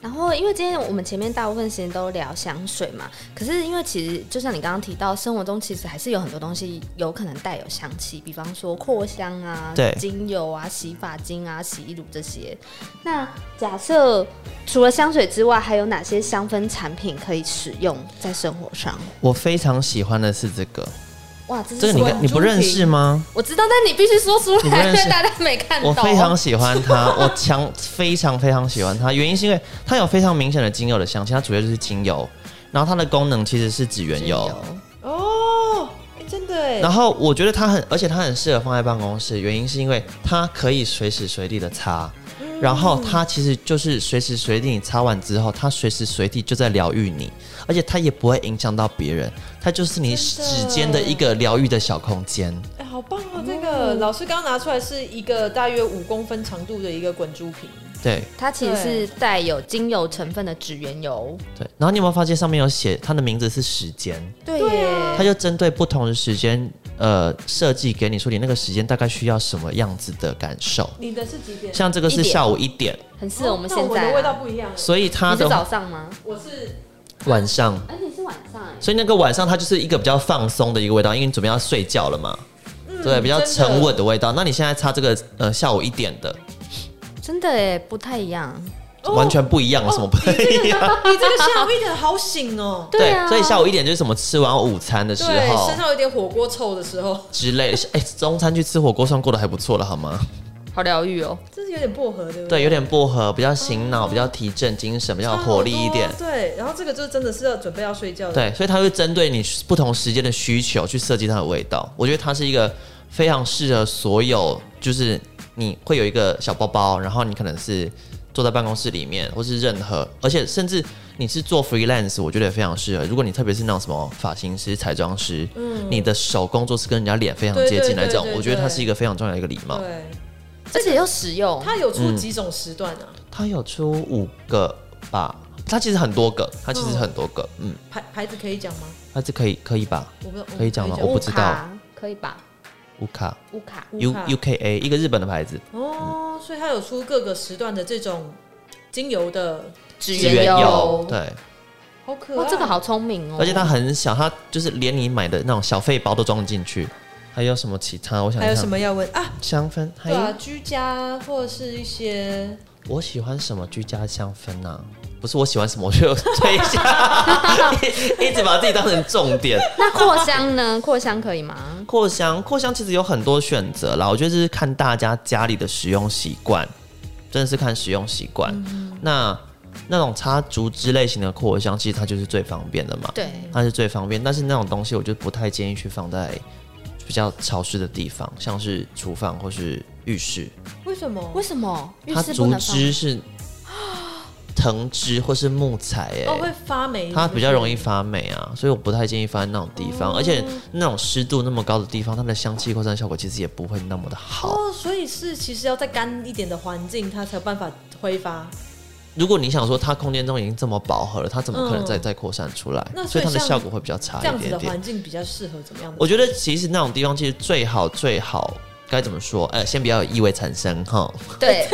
[SPEAKER 2] 然后，因为今天我们前面大部分时间都聊香水嘛，可是因为其实就像你刚刚提到，生活中其实还是有很多东西有可能带有香气，比方说扩香啊、
[SPEAKER 3] 对
[SPEAKER 2] 精油啊、洗发精啊、洗衣乳这些。那假设除了香水之外，还有哪些香氛产品可以使用在生活上？
[SPEAKER 3] 我非常喜欢的是这个，
[SPEAKER 2] 哇，这是
[SPEAKER 3] 这个你
[SPEAKER 2] 什么
[SPEAKER 3] 看你不认识吗？
[SPEAKER 2] 我知道，但你必须说出
[SPEAKER 3] 你不
[SPEAKER 2] 来，因
[SPEAKER 3] 认识
[SPEAKER 2] 为大家没看到。
[SPEAKER 3] 我非常喜欢
[SPEAKER 2] *laughs*
[SPEAKER 3] 它，我强非常非常喜欢它，原因是因为它有非常明显的精油的香气，它主要就是精油，然后它的功能其实是指缘油。
[SPEAKER 1] 哦，哎、真的哎
[SPEAKER 3] 然，后我觉得它很，而且它很适合放在办公室，原因是因为它可以随时随地的擦，
[SPEAKER 2] 嗯
[SPEAKER 3] 然后它其实就是随时随地你擦完之后，它随时随地就在疗愈你，而且它也不会影响到别人，它就是你
[SPEAKER 1] 真的
[SPEAKER 3] 指尖的一个疗愈的小空间。
[SPEAKER 1] 哎、好棒哦！这个、老师刚拿出来是一个大约五公分长度的一个滚珠瓶，
[SPEAKER 3] 对
[SPEAKER 2] 它其实是带有精油成分的指缘油。
[SPEAKER 3] 对，然后你有没有发现上面有写它的名字是时间？
[SPEAKER 2] 对
[SPEAKER 1] 对
[SPEAKER 2] 耶，
[SPEAKER 1] 啊
[SPEAKER 3] 它就针对不同的时间，呃，设计给你说你那个时间大概需要什么样子的感受。
[SPEAKER 1] 你的是几点？
[SPEAKER 3] 像这个
[SPEAKER 2] 一
[SPEAKER 3] 是
[SPEAKER 2] 点
[SPEAKER 3] 下午一点，
[SPEAKER 2] 很适合我们现
[SPEAKER 1] 哦那
[SPEAKER 2] 在、啊。
[SPEAKER 1] 的味道不一样哎，
[SPEAKER 3] 所以它
[SPEAKER 2] 你是早
[SPEAKER 3] 的
[SPEAKER 2] 上吗？
[SPEAKER 1] 我是
[SPEAKER 3] 晚上，
[SPEAKER 2] 哎、你是晚上哎、
[SPEAKER 3] 所以那个晚上它就是一个比较放松的一个味道，因为你准备要睡觉了嘛，对，比较
[SPEAKER 1] 嗯真的
[SPEAKER 3] 沉稳的味道。那你现在擦这个呃下午一点的，
[SPEAKER 2] 真的哎、不太一样。。
[SPEAKER 1] 哦
[SPEAKER 3] 完全不一样，有什么不一样？
[SPEAKER 1] 你这个下午一点好醒哦
[SPEAKER 3] 对
[SPEAKER 2] 啊，，
[SPEAKER 3] 所以下午一点就是什么吃完午餐的 *laughs* 时
[SPEAKER 1] 对，
[SPEAKER 3] 候
[SPEAKER 1] 身上有点火锅臭的时候，
[SPEAKER 3] 之类的。哎、中餐去吃火锅算过得还不错了，好吗？
[SPEAKER 2] 好疗愈哦。
[SPEAKER 1] 这是有点薄荷，对不对？
[SPEAKER 3] 对，有点薄荷，比较醒脑，比较提振精神，比较有活力一点
[SPEAKER 1] 差。不多啊对，然后这个就真的是要准备要睡觉的。
[SPEAKER 3] 对，所以它会针对你不同时间的需求去设计它的味道。我觉得它是一个非常适合所有，就是你会有一个小包包，然后你可能是坐在办公室里面，或是任何，而且甚至你是做 freelance，我觉得也非常适合。如果你特别是那种什么发型师、彩妆师，你的手工作是跟人家脸非常
[SPEAKER 1] 对嗯
[SPEAKER 3] 接
[SPEAKER 1] 对
[SPEAKER 3] 近那
[SPEAKER 1] 对
[SPEAKER 3] 种，
[SPEAKER 1] 对
[SPEAKER 3] 我觉得它
[SPEAKER 1] 对
[SPEAKER 3] 是一个非常重要的一个礼貌。
[SPEAKER 1] 对，
[SPEAKER 2] 而且又实用。
[SPEAKER 1] 它有出几种时段啊？
[SPEAKER 3] 它有出五个吧，它其实很多个，它其实很多个，嗯，
[SPEAKER 1] 牌牌子可以讲吗？
[SPEAKER 3] 它是可以可以吧？
[SPEAKER 1] 我不知道
[SPEAKER 3] 可以讲吗我不知道
[SPEAKER 2] 乌卡可以吧？
[SPEAKER 3] 乌卡
[SPEAKER 2] 乌卡
[SPEAKER 3] U
[SPEAKER 1] 乌卡
[SPEAKER 3] U K A 一个日本的牌子。
[SPEAKER 1] 哦，所以它有出各个时段的这种精油的，
[SPEAKER 2] 指
[SPEAKER 3] 指
[SPEAKER 2] 缘
[SPEAKER 3] 油，对，
[SPEAKER 1] 好可爱。
[SPEAKER 2] 哇，这个好聪明哦。
[SPEAKER 3] 而且它很小，它就是连你买的那种小费包都装得进去。还有什么其他？我想
[SPEAKER 1] 还有
[SPEAKER 3] 一
[SPEAKER 1] 什
[SPEAKER 3] 想，
[SPEAKER 1] 么要问啊？
[SPEAKER 3] 香氛，还
[SPEAKER 1] 对啊，
[SPEAKER 3] 有
[SPEAKER 1] 居家或者是一些
[SPEAKER 3] 我喜欢什么居家香氛呢、啊？不是我喜欢什么，我就推一下，
[SPEAKER 1] *laughs*
[SPEAKER 3] 一一直把自己当成重点。
[SPEAKER 2] 那扩香呢？ *laughs* 扩香可以吗？
[SPEAKER 3] 扩香，扩香其实有很多选择啦，我觉得这是看大家家里的使用习惯，真的是看使用习惯。
[SPEAKER 1] 嗯
[SPEAKER 3] 那那种插竹枝类型的扩香，其实它就是最方便的嘛。
[SPEAKER 2] 对，
[SPEAKER 3] 它是最方便，但是那种东西我就不太建议去放在比较潮湿的地方，像是厨房或是浴室。
[SPEAKER 1] 为什么？
[SPEAKER 2] 为什么浴
[SPEAKER 3] 它
[SPEAKER 2] 室不
[SPEAKER 3] 竹
[SPEAKER 2] 能放？
[SPEAKER 1] *gasps*
[SPEAKER 3] 枝是藤枝或是木材、欸，
[SPEAKER 1] 哦，会发霉，
[SPEAKER 3] 它比较容
[SPEAKER 1] 易。
[SPEAKER 3] 易发霉啊，所以我不太建议放在那种地方，而
[SPEAKER 1] 哦
[SPEAKER 3] 且那种湿度那么高的地方，它的香气扩散效果其实也不会那么的好。
[SPEAKER 1] 哦，所以是其实要在干一点的环境，它才有办法挥发。
[SPEAKER 3] 如果你想说它空间中已经这么饱和了，它怎么可能再、再扩散出来
[SPEAKER 1] 嗯那？
[SPEAKER 3] 所
[SPEAKER 1] 所以
[SPEAKER 3] 以它的
[SPEAKER 1] 像
[SPEAKER 3] 效果会比较差
[SPEAKER 1] 这样
[SPEAKER 3] 一
[SPEAKER 1] 子
[SPEAKER 3] 点
[SPEAKER 1] 的
[SPEAKER 3] 点。
[SPEAKER 1] 环境比较适合怎么样的？
[SPEAKER 3] 我觉得其实那种地方其实最好最好该怎么说？呃，先不要有异味产生哈。
[SPEAKER 2] 对，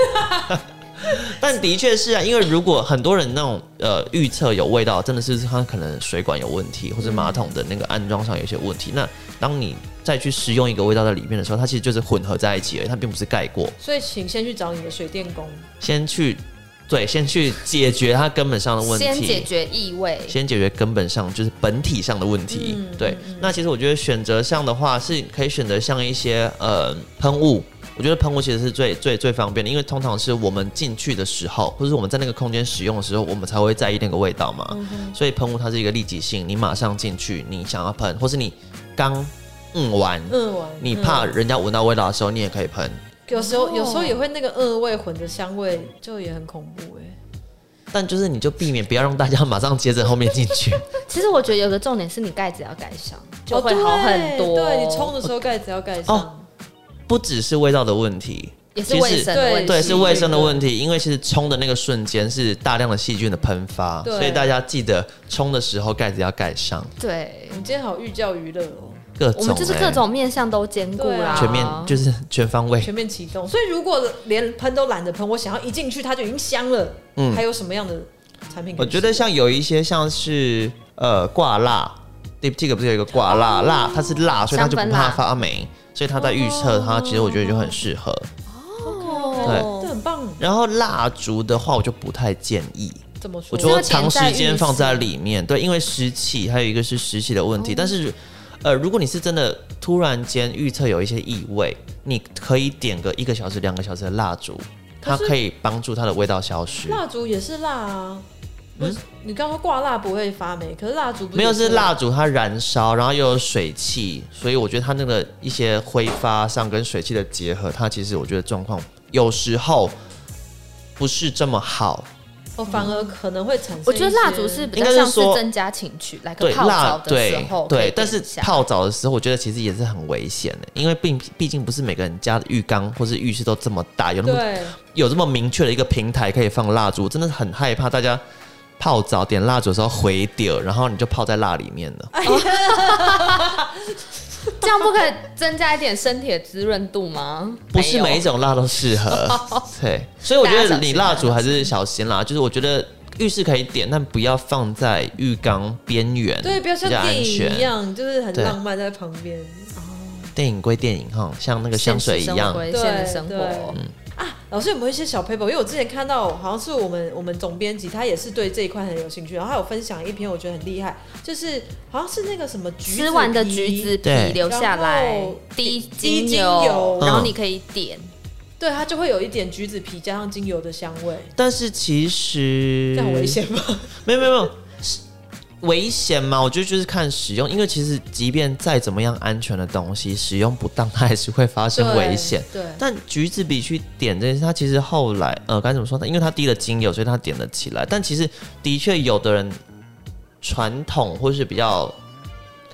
[SPEAKER 3] 但的确是啊，因为如果很多人那种呃预测有味道，真的是它可能水管有问题，或者马桶的那个安装上有一些问题。那当你再去使用一个味道在里面的时候，它其实就是混合在一起而已，它并不是盖过。
[SPEAKER 1] 所以请先去找你的水电工。
[SPEAKER 3] 先去对，先去解决它根本上的问题，
[SPEAKER 2] 先解决异味。
[SPEAKER 3] 先解决根本上就是本体上的问题。
[SPEAKER 1] 嗯
[SPEAKER 3] 对，那其实我觉得选择上的话，是可以选择像一些呃喷雾。我觉得喷雾其实是最最最方便的，因为通常是我们进去的时候，或是我们在那个空间使用的时候，我们才会在意那个味道
[SPEAKER 1] 嗯
[SPEAKER 3] 嘛。所以喷雾它是一个立即性，你马上进去，你想要喷，或是你刚嗯完，
[SPEAKER 1] 嗯完，
[SPEAKER 3] 你怕人家闻到味道的时候，你也可以喷。
[SPEAKER 1] 有时候有时候也会那个恶味混着香味，就也很恐怖哎、
[SPEAKER 3] 但就是你就避免不要让大家马上接着后面进
[SPEAKER 1] *laughs*
[SPEAKER 3] 去，
[SPEAKER 2] 其实我觉得有个重点是你盖子要盖上，就
[SPEAKER 1] 哦
[SPEAKER 2] 会
[SPEAKER 1] 对
[SPEAKER 2] 好很多。
[SPEAKER 1] 对你冲的时候盖子要盖上。
[SPEAKER 3] 哦不只是味道的问题，
[SPEAKER 2] 也是卫生的问题。
[SPEAKER 3] 对，是卫生的问
[SPEAKER 1] 题。
[SPEAKER 3] 题，因为其实冲的那个瞬间是大量的细菌的喷发，
[SPEAKER 1] 对
[SPEAKER 3] 所以大家记得冲的时候盖子要盖上，
[SPEAKER 2] 对
[SPEAKER 1] 我，们今天好寓教于乐哦，
[SPEAKER 3] 各种、
[SPEAKER 2] 我们就是各
[SPEAKER 3] 欸
[SPEAKER 2] 种面向都兼顾啦，
[SPEAKER 1] 对啊
[SPEAKER 3] 全面就是全方位，
[SPEAKER 1] 全面启动。所以如果连喷都懒得喷，我想要一进去它就已经香了。
[SPEAKER 3] 嗯
[SPEAKER 1] 还有什么样的产品可
[SPEAKER 3] 我
[SPEAKER 1] 以试？
[SPEAKER 3] 觉得像有一些像是呃挂蜡，Deep Tick 不是有一个挂
[SPEAKER 2] 哦
[SPEAKER 3] 蜡蜡，它是蜡，所以它就不怕发霉，所以它在预测它其实我觉得就很适合。
[SPEAKER 1] 哦，这很棒。
[SPEAKER 3] 然后蜡烛的话，我就不太建议。
[SPEAKER 1] 怎么说？
[SPEAKER 3] 我觉得长时间放在里面，对，因为湿气，还有一个是湿气的问
[SPEAKER 1] 哦
[SPEAKER 3] 题。但是，呃，如果你是真的突然间预测有一些异味，你可以点个一个小时、两个小时的蜡烛，它
[SPEAKER 1] 可是
[SPEAKER 3] 可以帮助它的味道消失。
[SPEAKER 1] 蜡烛也是蜡啊。不是，你刚刚说挂蜡不会发霉，可是蜡烛不
[SPEAKER 3] 嗯没有
[SPEAKER 1] 也
[SPEAKER 3] 是蜡烛，它燃烧，然后又有水汽，所以我觉得它那个一些挥发上跟水汽的结合，它其实我觉得状况有时候不是这么好。
[SPEAKER 1] 哦，反而可能会产生一些。
[SPEAKER 2] 我觉得蜡烛是比
[SPEAKER 3] 应
[SPEAKER 2] 较
[SPEAKER 3] 该是
[SPEAKER 2] 像是
[SPEAKER 3] 说
[SPEAKER 2] 增加情趣，来个
[SPEAKER 3] 对
[SPEAKER 2] 泡
[SPEAKER 3] 蜡
[SPEAKER 2] 澡，的时
[SPEAKER 3] 对
[SPEAKER 2] 候可以
[SPEAKER 3] 对，
[SPEAKER 2] 点
[SPEAKER 3] 但是
[SPEAKER 2] 一下
[SPEAKER 3] 泡澡的时候，我觉得其实也是很危险的，因为并毕竟不是每个人家的浴缸或是浴室都这么大，有那么
[SPEAKER 1] 对，
[SPEAKER 3] 有这么明确的一个平台可以放蜡烛，真的很害怕大家泡澡点蜡烛的时候回掉，然后你就泡在蜡里面了。
[SPEAKER 2] 哎这样不可以增加一点身体的滋润度吗？
[SPEAKER 3] *laughs* 不是
[SPEAKER 2] 没
[SPEAKER 3] 每
[SPEAKER 2] 有
[SPEAKER 3] 一种蜡都适
[SPEAKER 2] *laughs*
[SPEAKER 3] 合，对，所以我觉
[SPEAKER 2] 大家
[SPEAKER 3] 得
[SPEAKER 2] 小
[SPEAKER 3] 你
[SPEAKER 2] 心啊
[SPEAKER 3] 蜡烛还是小心啦。就是我觉得浴室可以点，但不要放在浴缸边缘，
[SPEAKER 1] 对，不要像
[SPEAKER 3] 比较安
[SPEAKER 1] 电影
[SPEAKER 3] 全
[SPEAKER 1] 一。样，就是很
[SPEAKER 3] 对
[SPEAKER 1] 浪漫在旁边
[SPEAKER 3] 电影归电影哈，像那个香水一
[SPEAKER 2] 现实生
[SPEAKER 3] 样嗯
[SPEAKER 2] 活，归
[SPEAKER 1] 对
[SPEAKER 2] 现实生活
[SPEAKER 1] 对。啊。老师有没有一些小 paper？因为我之前看到，好像是我们我们总编辑，他也是对这一块很有兴趣，然后他有分享一篇，我觉得很厉害，就是好像是那个什么橘子
[SPEAKER 2] 吃完的
[SPEAKER 1] 皮
[SPEAKER 2] 橘子
[SPEAKER 3] 对
[SPEAKER 2] 皮留下
[SPEAKER 1] 然
[SPEAKER 2] 来
[SPEAKER 1] 后，
[SPEAKER 2] 滴
[SPEAKER 1] 滴
[SPEAKER 2] 精
[SPEAKER 1] 精油
[SPEAKER 2] 油，然后
[SPEAKER 3] 嗯
[SPEAKER 2] 你可以点。
[SPEAKER 1] 对，它就会有一点橘子皮加上精油的香味，
[SPEAKER 3] 但是其实
[SPEAKER 1] 这样危险吗？
[SPEAKER 3] 没有没有没有，是危险吗？我觉得就是看使用，因为其实即便再怎么样安全的东西，使用不当它还是会发生危险。
[SPEAKER 1] 对，
[SPEAKER 3] 但橘子比去点这件事，它其实后来呃该怎么说呢？因为它滴了精油，所以它点了起来。但其实的确有的人传统或是比较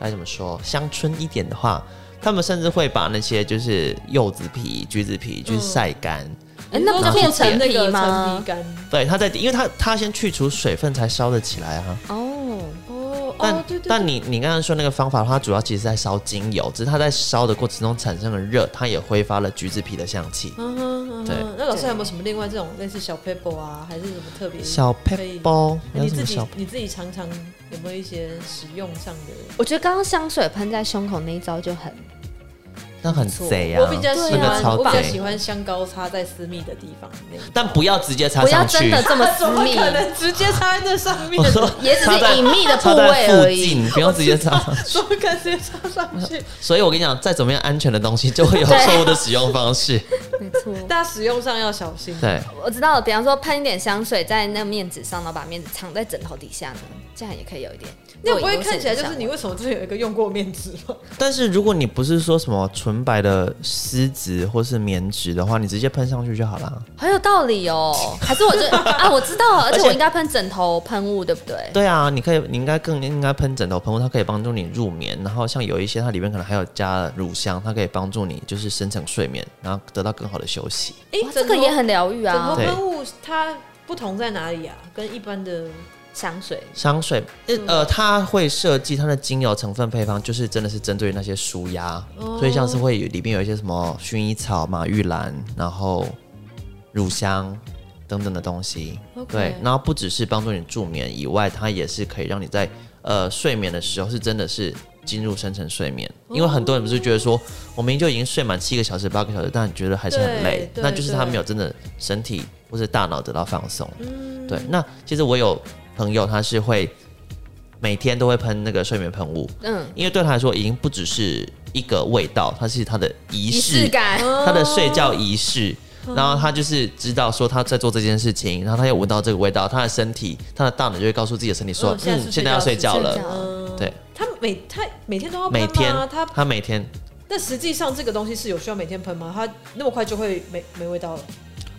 [SPEAKER 3] 该怎么说乡村一点的话，他们甚至会把那些就是柚子皮、橘子皮
[SPEAKER 1] 嗯
[SPEAKER 3] 去晒干。
[SPEAKER 2] 哎，那不就
[SPEAKER 1] 然后
[SPEAKER 2] 变
[SPEAKER 1] 做成
[SPEAKER 2] 成
[SPEAKER 1] 那
[SPEAKER 2] 皮
[SPEAKER 1] 个陈
[SPEAKER 2] 吗
[SPEAKER 1] 皮？干？
[SPEAKER 3] 对，它在，因为它它先去除水分才烧得起来啊。
[SPEAKER 2] 哦，
[SPEAKER 1] 哦
[SPEAKER 3] 但、
[SPEAKER 1] 哦，对对对
[SPEAKER 3] 但你你刚刚说那个方法的话，它主要其实在烧精油，只是它在烧的过程中产生了热，它也挥发了橘子皮的香气。
[SPEAKER 1] 嗯哼嗯
[SPEAKER 3] 对
[SPEAKER 1] 哼，那老师还有没有什么另外这种类似小 paper 啊，还是什么特别？
[SPEAKER 3] 小
[SPEAKER 1] 可以哎
[SPEAKER 3] p 包，你
[SPEAKER 1] 你
[SPEAKER 3] 有什
[SPEAKER 1] 自
[SPEAKER 3] 么
[SPEAKER 1] 己
[SPEAKER 3] 小
[SPEAKER 1] 你自己常常有没有一些使用上的？
[SPEAKER 2] 我觉得刚刚香水喷在胸口那一招就很
[SPEAKER 3] 那很贼啊，
[SPEAKER 1] 我比较喜
[SPEAKER 3] 那个
[SPEAKER 1] 欢，我比
[SPEAKER 3] 超
[SPEAKER 1] 较喜
[SPEAKER 3] 贼，
[SPEAKER 1] 欢香膏擦在私密的地方那个
[SPEAKER 3] 但不要直接插
[SPEAKER 2] 不要
[SPEAKER 3] 上
[SPEAKER 2] 真
[SPEAKER 3] 去 *laughs*
[SPEAKER 2] 的。这么私
[SPEAKER 1] 怎么
[SPEAKER 2] *laughs* 密，
[SPEAKER 1] 可能直接插在那上面？
[SPEAKER 3] 我
[SPEAKER 1] 怎
[SPEAKER 3] 说
[SPEAKER 1] 么
[SPEAKER 2] 也只
[SPEAKER 3] 插在
[SPEAKER 2] 是隐秘的部
[SPEAKER 3] 插
[SPEAKER 2] 位
[SPEAKER 3] 在附
[SPEAKER 2] 而已。
[SPEAKER 3] 近，不用直接插上。
[SPEAKER 1] 可能直接插上去？
[SPEAKER 3] 所以我跟你讲，再怎么样安全的东西，就会有错误的使用方式。
[SPEAKER 2] 没错，
[SPEAKER 1] *laughs* 大家使用上要小心。
[SPEAKER 3] 对，
[SPEAKER 2] 我知道了。比方说喷一点香水在那面纸上，然后把面纸藏在枕头底下呢，这样也可以有一点。
[SPEAKER 1] 那不会看起来就是你为什么之前有一个用过面纸 *laughs* 吗？
[SPEAKER 3] 但是如果你不是说什么纯白的丝质或是棉质的话，你直接喷上去就好啦。
[SPEAKER 2] 很有道理哦。还是我就啊，我知道了，而
[SPEAKER 3] 而
[SPEAKER 2] 且
[SPEAKER 3] 且
[SPEAKER 2] 我应该喷枕头喷雾，对不对？
[SPEAKER 3] 对啊，你可以，你应该更应该喷枕头喷雾，它可以帮助你入眠。然后像有一些它里面可能还有加乳香，它可以帮助你就是深层睡眠，然后得到更好的休息。
[SPEAKER 1] 哎
[SPEAKER 2] 哇，这个也很疗愈
[SPEAKER 1] 枕头
[SPEAKER 2] 啊，
[SPEAKER 3] 对
[SPEAKER 1] 喷雾它不同在哪里啊？跟一般的
[SPEAKER 2] 香水。
[SPEAKER 3] 香水，呃，呃它会设计它的精油成分配方，就是真的是针对那些舒压，所以像是会有里面有一些什么薰衣草嘛、玉兰，然后乳香等等的东西。
[SPEAKER 1] OK
[SPEAKER 3] 对，然后不只是帮助你助眠以外，它也是可以让你在呃睡眠的时候是真的是进入深层睡眠，因为很多人不是觉得说我明明就已经睡满七个小时、八个小时，但你觉得还是很累，
[SPEAKER 1] 对对
[SPEAKER 3] 那就是他
[SPEAKER 1] 对
[SPEAKER 3] 没有真的身体或者大脑得到放松。对，那其实我有朋友他是会每天都会喷那个睡眠喷雾，
[SPEAKER 2] 嗯，
[SPEAKER 3] 因为对他来说已经不只是一个味道，它是他的仪
[SPEAKER 2] 仪
[SPEAKER 3] 式
[SPEAKER 2] 式感，嗯
[SPEAKER 3] 他的睡觉仪式。然后他就是知道说他在做这件事情，然后他又闻到
[SPEAKER 2] 哦
[SPEAKER 3] 这个味道，他的身体，他的大脑就会告诉自己的身体说，
[SPEAKER 1] 嗯
[SPEAKER 3] 哦嗯，现在要睡觉
[SPEAKER 1] 觉
[SPEAKER 3] 了。
[SPEAKER 2] 睡觉
[SPEAKER 1] 嗯
[SPEAKER 3] 对，
[SPEAKER 1] 他们每他每天都要喷
[SPEAKER 3] 每天
[SPEAKER 1] 吗？他
[SPEAKER 3] 他每天
[SPEAKER 1] 那实际上这个东西是有需要每天喷吗？它那么快就会没没味道了？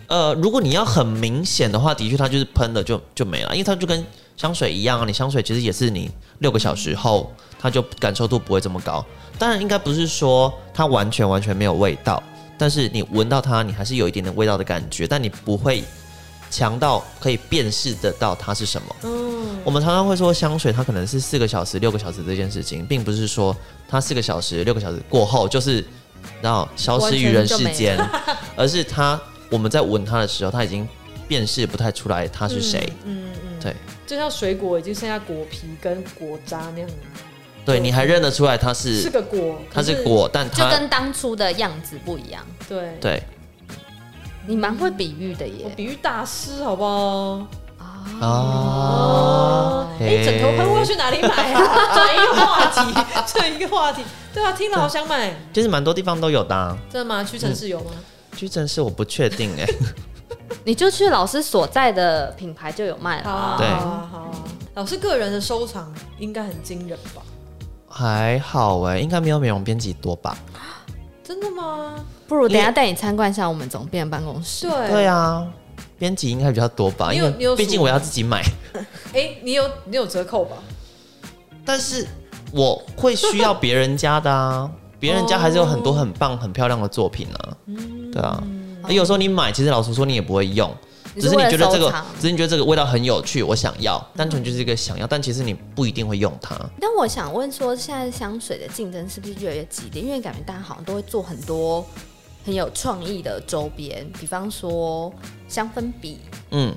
[SPEAKER 3] 呃，如果你要很明显的话，的确它就是喷了就就没了，因为它就跟香水一样啊。你香水其实也是你六个小时后，它就感受度不会这么高。当然，应该不是说它完全完全没有味道，但是你闻到它，你还是有一点点味道的感觉，但你不会强到可以辨识得到它是什么。
[SPEAKER 1] 嗯，
[SPEAKER 3] 我们常常会说香水它可能是四个小时、六个小时这件事情，并不是说它四个小时、六个小时过后就是然后消失于人世间，而是它我们在闻它的时候，它已经辨识不太出来它是谁。
[SPEAKER 1] 嗯嗯，
[SPEAKER 3] 对，
[SPEAKER 1] 就像水果已经剩下果皮跟果渣那样，
[SPEAKER 3] 对，你还认得出来它
[SPEAKER 1] 是
[SPEAKER 3] 是
[SPEAKER 1] 个果，
[SPEAKER 3] 它
[SPEAKER 1] 可
[SPEAKER 3] 是，果，但
[SPEAKER 2] 就
[SPEAKER 3] 它
[SPEAKER 2] 跟当初的样子不一样。
[SPEAKER 1] 对，
[SPEAKER 3] 对
[SPEAKER 2] 你蛮会比喻的
[SPEAKER 1] 我
[SPEAKER 2] 耶。
[SPEAKER 1] 比喻大师好不好？
[SPEAKER 3] 哦啊，
[SPEAKER 1] 哦，哎、
[SPEAKER 3] 嘿
[SPEAKER 1] 枕头喷雾要去哪里买啊？ *laughs* 转一个话题，转一个话题。对啊，听了好想买，
[SPEAKER 3] 其实蛮多地方都有的、啊。
[SPEAKER 1] 真的吗？屈臣氏有吗？
[SPEAKER 3] 屈臣氏我不确定
[SPEAKER 1] *laughs*
[SPEAKER 3] 哎、
[SPEAKER 2] 你就去老师所在的品牌就有卖
[SPEAKER 1] 好
[SPEAKER 2] 了。
[SPEAKER 1] 啊，好
[SPEAKER 3] 对
[SPEAKER 1] 啊，好啊。老师个人的收藏应该很惊人吧？
[SPEAKER 3] 还好哎、应该没有美容编辑多吧？
[SPEAKER 1] 真的吗？
[SPEAKER 2] 不如等一下带你参观一下我们总编办公室。
[SPEAKER 1] 对，
[SPEAKER 3] 对啊，编辑应该比较多吧，
[SPEAKER 1] 你
[SPEAKER 3] 因
[SPEAKER 1] 有你有
[SPEAKER 3] 为毕竟
[SPEAKER 1] 数
[SPEAKER 3] 我要自己买。
[SPEAKER 1] 哎、你有你有折扣吧？
[SPEAKER 3] 但是我会需要别人家
[SPEAKER 1] *laughs*
[SPEAKER 3] 的啊，别人家还是有
[SPEAKER 1] 哦
[SPEAKER 3] 很多很棒、很漂亮的作品啊。
[SPEAKER 1] 嗯
[SPEAKER 3] 对啊，而有时候你买，其实老实说你也不会用，
[SPEAKER 2] 你是
[SPEAKER 3] 只是你
[SPEAKER 2] 为了
[SPEAKER 3] 觉得这
[SPEAKER 2] 收
[SPEAKER 3] 个
[SPEAKER 2] 藏，啊
[SPEAKER 3] 只是你觉得这个味道很有趣，我想要，单纯就是一个想要，但其实你不一定会用它。
[SPEAKER 2] 但我想问说，现在香水的竞争是不是越来越激烈？因为感觉大家好像都会做很多很有创意的周边，比方说香氛笔、
[SPEAKER 3] 嗯，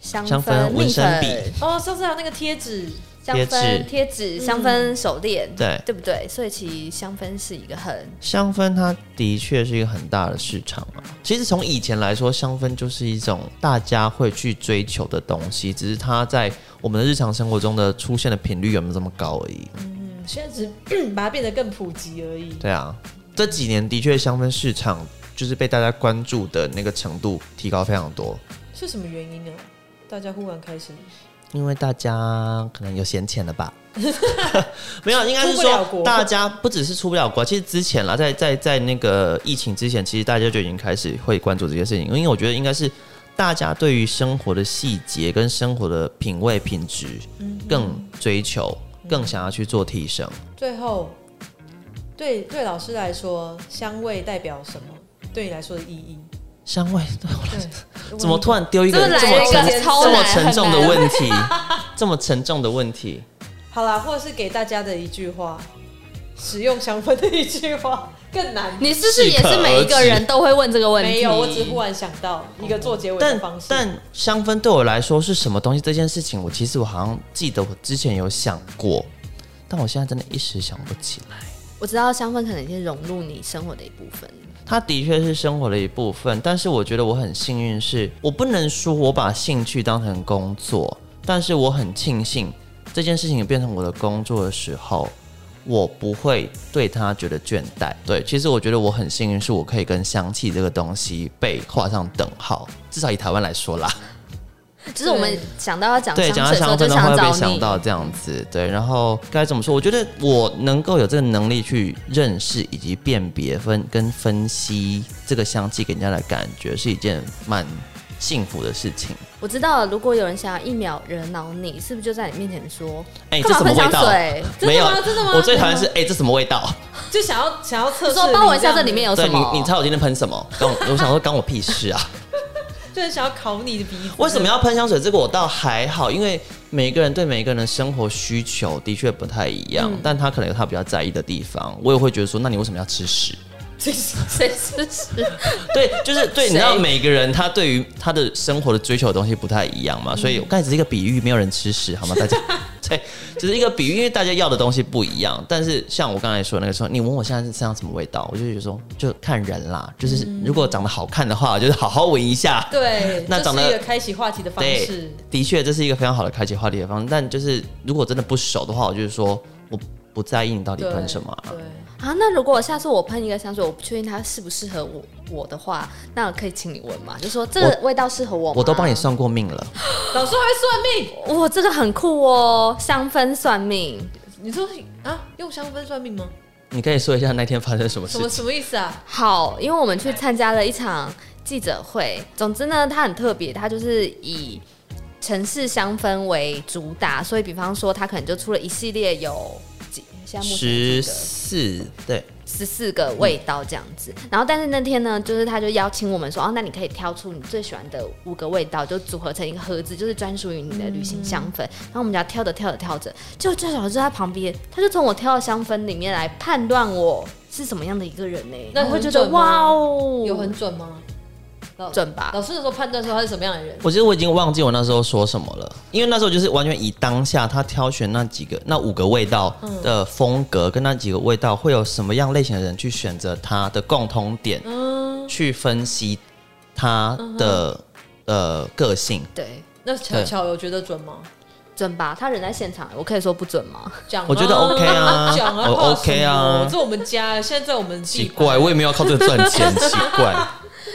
[SPEAKER 2] 香
[SPEAKER 3] 香氛
[SPEAKER 2] 蜜
[SPEAKER 3] 纹身笔
[SPEAKER 2] 粉
[SPEAKER 1] 哦，上次还有那个贴纸，
[SPEAKER 2] 香氛贴纸、香氛手链，
[SPEAKER 3] 对
[SPEAKER 2] 对不对？所以其实香氛是一个很
[SPEAKER 3] 香氛它的确是一个很大的市场啊。其实从以前来说，香氛就是一种大家会去追求的东西，只是它在我们的日常生活中的出现的频率有没有这么高而已。
[SPEAKER 1] 嗯，现在只 *clears throat* 把它变得更普及而已。
[SPEAKER 3] 对啊，这几年的确香氛市场就是被大家关注的那个程度提高非常多，
[SPEAKER 1] 是什么原因呢、大家忽然开始
[SPEAKER 3] 因为大家可能有闲钱了吧。没有，应该是
[SPEAKER 1] 出不了国
[SPEAKER 3] 说大家不只是出不了国，其实之前啦，在在在那个疫情之前，其实大家就已经开始会关注这些事情，因为我觉得应该是大家对于生活的细节跟生活的品味品质更追求，更想要去做提升。
[SPEAKER 1] 最后，对对老师来说，香味代表什么？对你来说的意义？
[SPEAKER 3] 香味对我来
[SPEAKER 1] 对
[SPEAKER 3] 说，怎么突然丢一个
[SPEAKER 2] 这么
[SPEAKER 3] 这
[SPEAKER 2] 来了
[SPEAKER 3] 么
[SPEAKER 2] 一
[SPEAKER 3] 沉
[SPEAKER 2] 个超
[SPEAKER 3] 这么
[SPEAKER 2] 难
[SPEAKER 3] 沉
[SPEAKER 2] 很
[SPEAKER 3] 重的
[SPEAKER 2] 难
[SPEAKER 3] 问题，这么沉重的问题，
[SPEAKER 1] 好啦，或者是给大家的一句话，使用香氛的一句话更难。
[SPEAKER 2] 你是不是也是每一个人都会问这个问题？哦
[SPEAKER 1] 没有，我只忽然想到一个做结尾的
[SPEAKER 3] 但
[SPEAKER 1] 方式。
[SPEAKER 3] 但香氛对我来说是什么东西这件事情，我其实我好像记得我之前有想过，但我现在真的一时想不起来。
[SPEAKER 2] 我知道香氛可能已经融入你生活的一部分。
[SPEAKER 3] 它的确是生活的一部分，但是我觉得我很幸运是，我不能说我把兴趣当成工作，但是我很庆幸这件事情变成我的工作的时候，我不会对它觉得倦怠。对，其实我觉得我很幸运，是我可以跟香气这个东西被画上等号，至少以台湾来说啦。
[SPEAKER 2] 只是我们想到要讲
[SPEAKER 3] 对，讲
[SPEAKER 2] 香
[SPEAKER 3] 到
[SPEAKER 2] 水的时候，就
[SPEAKER 3] 香氛
[SPEAKER 2] 啊想
[SPEAKER 3] 的话会被
[SPEAKER 2] 找
[SPEAKER 3] 想
[SPEAKER 2] 你。
[SPEAKER 3] 到这样子，对。然后该怎么说？我觉得我能够有这个能力去认识以及辨别分跟分析这个香气给人家的感觉，是一件蛮幸福的事情。
[SPEAKER 2] 我知道了，如果有人想要一秒惹恼你，是不是就在你面前说
[SPEAKER 3] 哎、
[SPEAKER 2] 干
[SPEAKER 3] 这
[SPEAKER 2] 嘛
[SPEAKER 3] 什么
[SPEAKER 2] 喷
[SPEAKER 3] 味
[SPEAKER 2] 香
[SPEAKER 3] 道？
[SPEAKER 2] 水？
[SPEAKER 1] 真的吗
[SPEAKER 3] 没有
[SPEAKER 1] 真的吗，
[SPEAKER 3] 我最讨厌是哎、这什么味道？
[SPEAKER 1] 就想要想要测
[SPEAKER 2] 就
[SPEAKER 1] 试，
[SPEAKER 2] 说帮我一下，这里面，有
[SPEAKER 3] 对
[SPEAKER 2] 什
[SPEAKER 3] 你
[SPEAKER 2] 么？， *laughs*
[SPEAKER 3] 你猜我今天喷什么？跟我，我想说关我屁事啊！
[SPEAKER 1] 就是想要考你的鼻子。
[SPEAKER 3] 为什么要喷香水？这个我倒还好，因为每个人对每一个人的生活需求的确不太一
[SPEAKER 2] 嗯
[SPEAKER 3] 样，但他可能有他比较在意的地方。我也会觉得说，那你为什么要吃屎？
[SPEAKER 2] 谁是是？
[SPEAKER 3] *laughs* 对，就是对，你
[SPEAKER 2] 谁
[SPEAKER 3] 知道每个人他对于他的生活的追求的东西不太一样嘛，所以
[SPEAKER 1] 嗯
[SPEAKER 3] 我刚才只是一个比喻，没有人吃屎好吗？
[SPEAKER 1] *laughs*
[SPEAKER 3] 大家对，只是一个比喻，因为大家要的东西不一样。但是像我刚才说的那个时候，你问我现在是身上什么味道，我就觉得说就看人啦，就是
[SPEAKER 1] 嗯
[SPEAKER 3] 如果长得好看的话，就是好好闻一下。
[SPEAKER 1] 对，
[SPEAKER 3] 那
[SPEAKER 1] 这
[SPEAKER 3] 长得
[SPEAKER 1] 是一个开启话题的方式
[SPEAKER 3] 对。，的确这是一个非常好的开启话题的方式。但就是如果真的不熟的话，我就是说我不在意你到底
[SPEAKER 1] 对
[SPEAKER 3] 喷什么啊、
[SPEAKER 1] 对，
[SPEAKER 2] 啊，那如果下次我喷一个香水，我不确定它适不适合我我的话，那可以请你闻嘛？就说这个味道适合我吗
[SPEAKER 3] 我都帮你，算过命了。
[SPEAKER 1] 老师还会算命，
[SPEAKER 2] 哇，这个很酷哦，香氛算命。
[SPEAKER 1] 你说啊，用香氛算命吗？
[SPEAKER 3] 你可以说一下那天发生什么事
[SPEAKER 1] 什么
[SPEAKER 3] 情？
[SPEAKER 1] 什么意思啊？
[SPEAKER 2] 好，因为我们去参加了一场记者会。总之呢，它很特别，它就是以城市香氛为主打，所以比方说，它可能就出了一系列有几，现在目前有
[SPEAKER 3] 十
[SPEAKER 2] 几个
[SPEAKER 3] 四对，
[SPEAKER 2] 十四个味道这样子。然后，但是那天呢，就是他就邀请我们说，哦，那你可以挑出你最喜欢的五个味道，就组合成一个盒子，就是专属于你的旅行香氛。然后我们家挑着挑着挑着，就最小就在旁边，他就从我挑的香氛里面来判断我是什么样的一个人呢、
[SPEAKER 1] 那
[SPEAKER 2] 我会
[SPEAKER 1] 很
[SPEAKER 2] 觉得
[SPEAKER 1] 准吗
[SPEAKER 2] 哇哦，
[SPEAKER 1] 有很准吗？老
[SPEAKER 2] 准吧？
[SPEAKER 1] 老师那时候判断说他是什么样的人，
[SPEAKER 3] 我其实我已经忘记我那时候说什么了，因为那时候就是完全以当下他挑选那几个、那五个味道的风格跟那几个味道会有什么样类型的人去选择它的共同点，
[SPEAKER 2] 嗯
[SPEAKER 3] 去分析他的呃个性。
[SPEAKER 2] 对，
[SPEAKER 1] 那巧
[SPEAKER 3] 对
[SPEAKER 1] 巧有觉得准吗？
[SPEAKER 2] 准吧？他人在现场，我可以说不准吗？
[SPEAKER 1] 讲啊，
[SPEAKER 3] 我
[SPEAKER 1] *laughs*
[SPEAKER 3] 觉得 OK 啊
[SPEAKER 1] 讲啊
[SPEAKER 3] 我
[SPEAKER 1] 怕
[SPEAKER 3] OK 啊
[SPEAKER 1] 什么这我们家现在在我们
[SPEAKER 3] 奇
[SPEAKER 1] 地
[SPEAKER 3] 怪，
[SPEAKER 2] 嗯
[SPEAKER 1] 盘
[SPEAKER 3] 我也没有靠这个赚钱，奇
[SPEAKER 2] *laughs*
[SPEAKER 3] 怪，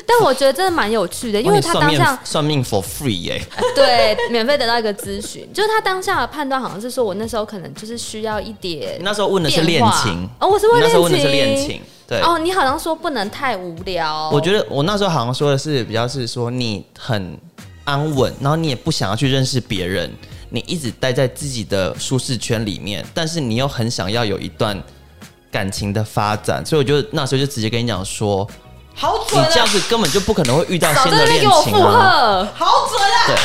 [SPEAKER 2] 但我觉得真的蛮有趣的，因
[SPEAKER 3] 哇
[SPEAKER 2] 为
[SPEAKER 3] 你
[SPEAKER 2] 他
[SPEAKER 3] 算
[SPEAKER 2] 当
[SPEAKER 3] 命
[SPEAKER 2] 下哎
[SPEAKER 3] 算命 for free 耶、
[SPEAKER 2] 对免费得到一个咨询，就是他当下的判断好像是说我那时候可能就是需要一点
[SPEAKER 3] 你那时候问的是恋
[SPEAKER 2] 变化
[SPEAKER 3] 情，
[SPEAKER 2] 哦，我是
[SPEAKER 3] 你
[SPEAKER 2] 问
[SPEAKER 3] 那
[SPEAKER 2] 恋情，
[SPEAKER 3] 时候问的是恋情，对。
[SPEAKER 2] 哦，你好像说不能太无聊，
[SPEAKER 3] 我觉得我那时候好像说的是比较是说你很安稳，然后你也不想要去认识别人，你一直待在自己的舒适圈里面，但是你又很想要有一段感情的发展，所以我就那时候就直接跟你
[SPEAKER 2] *laughs*
[SPEAKER 3] 讲说，
[SPEAKER 1] 好
[SPEAKER 3] 你
[SPEAKER 1] 准
[SPEAKER 3] 这样
[SPEAKER 1] 啊，
[SPEAKER 3] 子根本就不可能会遇到
[SPEAKER 2] 早
[SPEAKER 3] 新
[SPEAKER 2] 在那
[SPEAKER 3] 的
[SPEAKER 2] 边
[SPEAKER 3] 恋
[SPEAKER 2] 给我
[SPEAKER 3] 情
[SPEAKER 2] 附
[SPEAKER 3] 啊！
[SPEAKER 2] 和，
[SPEAKER 1] 好准啊！
[SPEAKER 3] 对，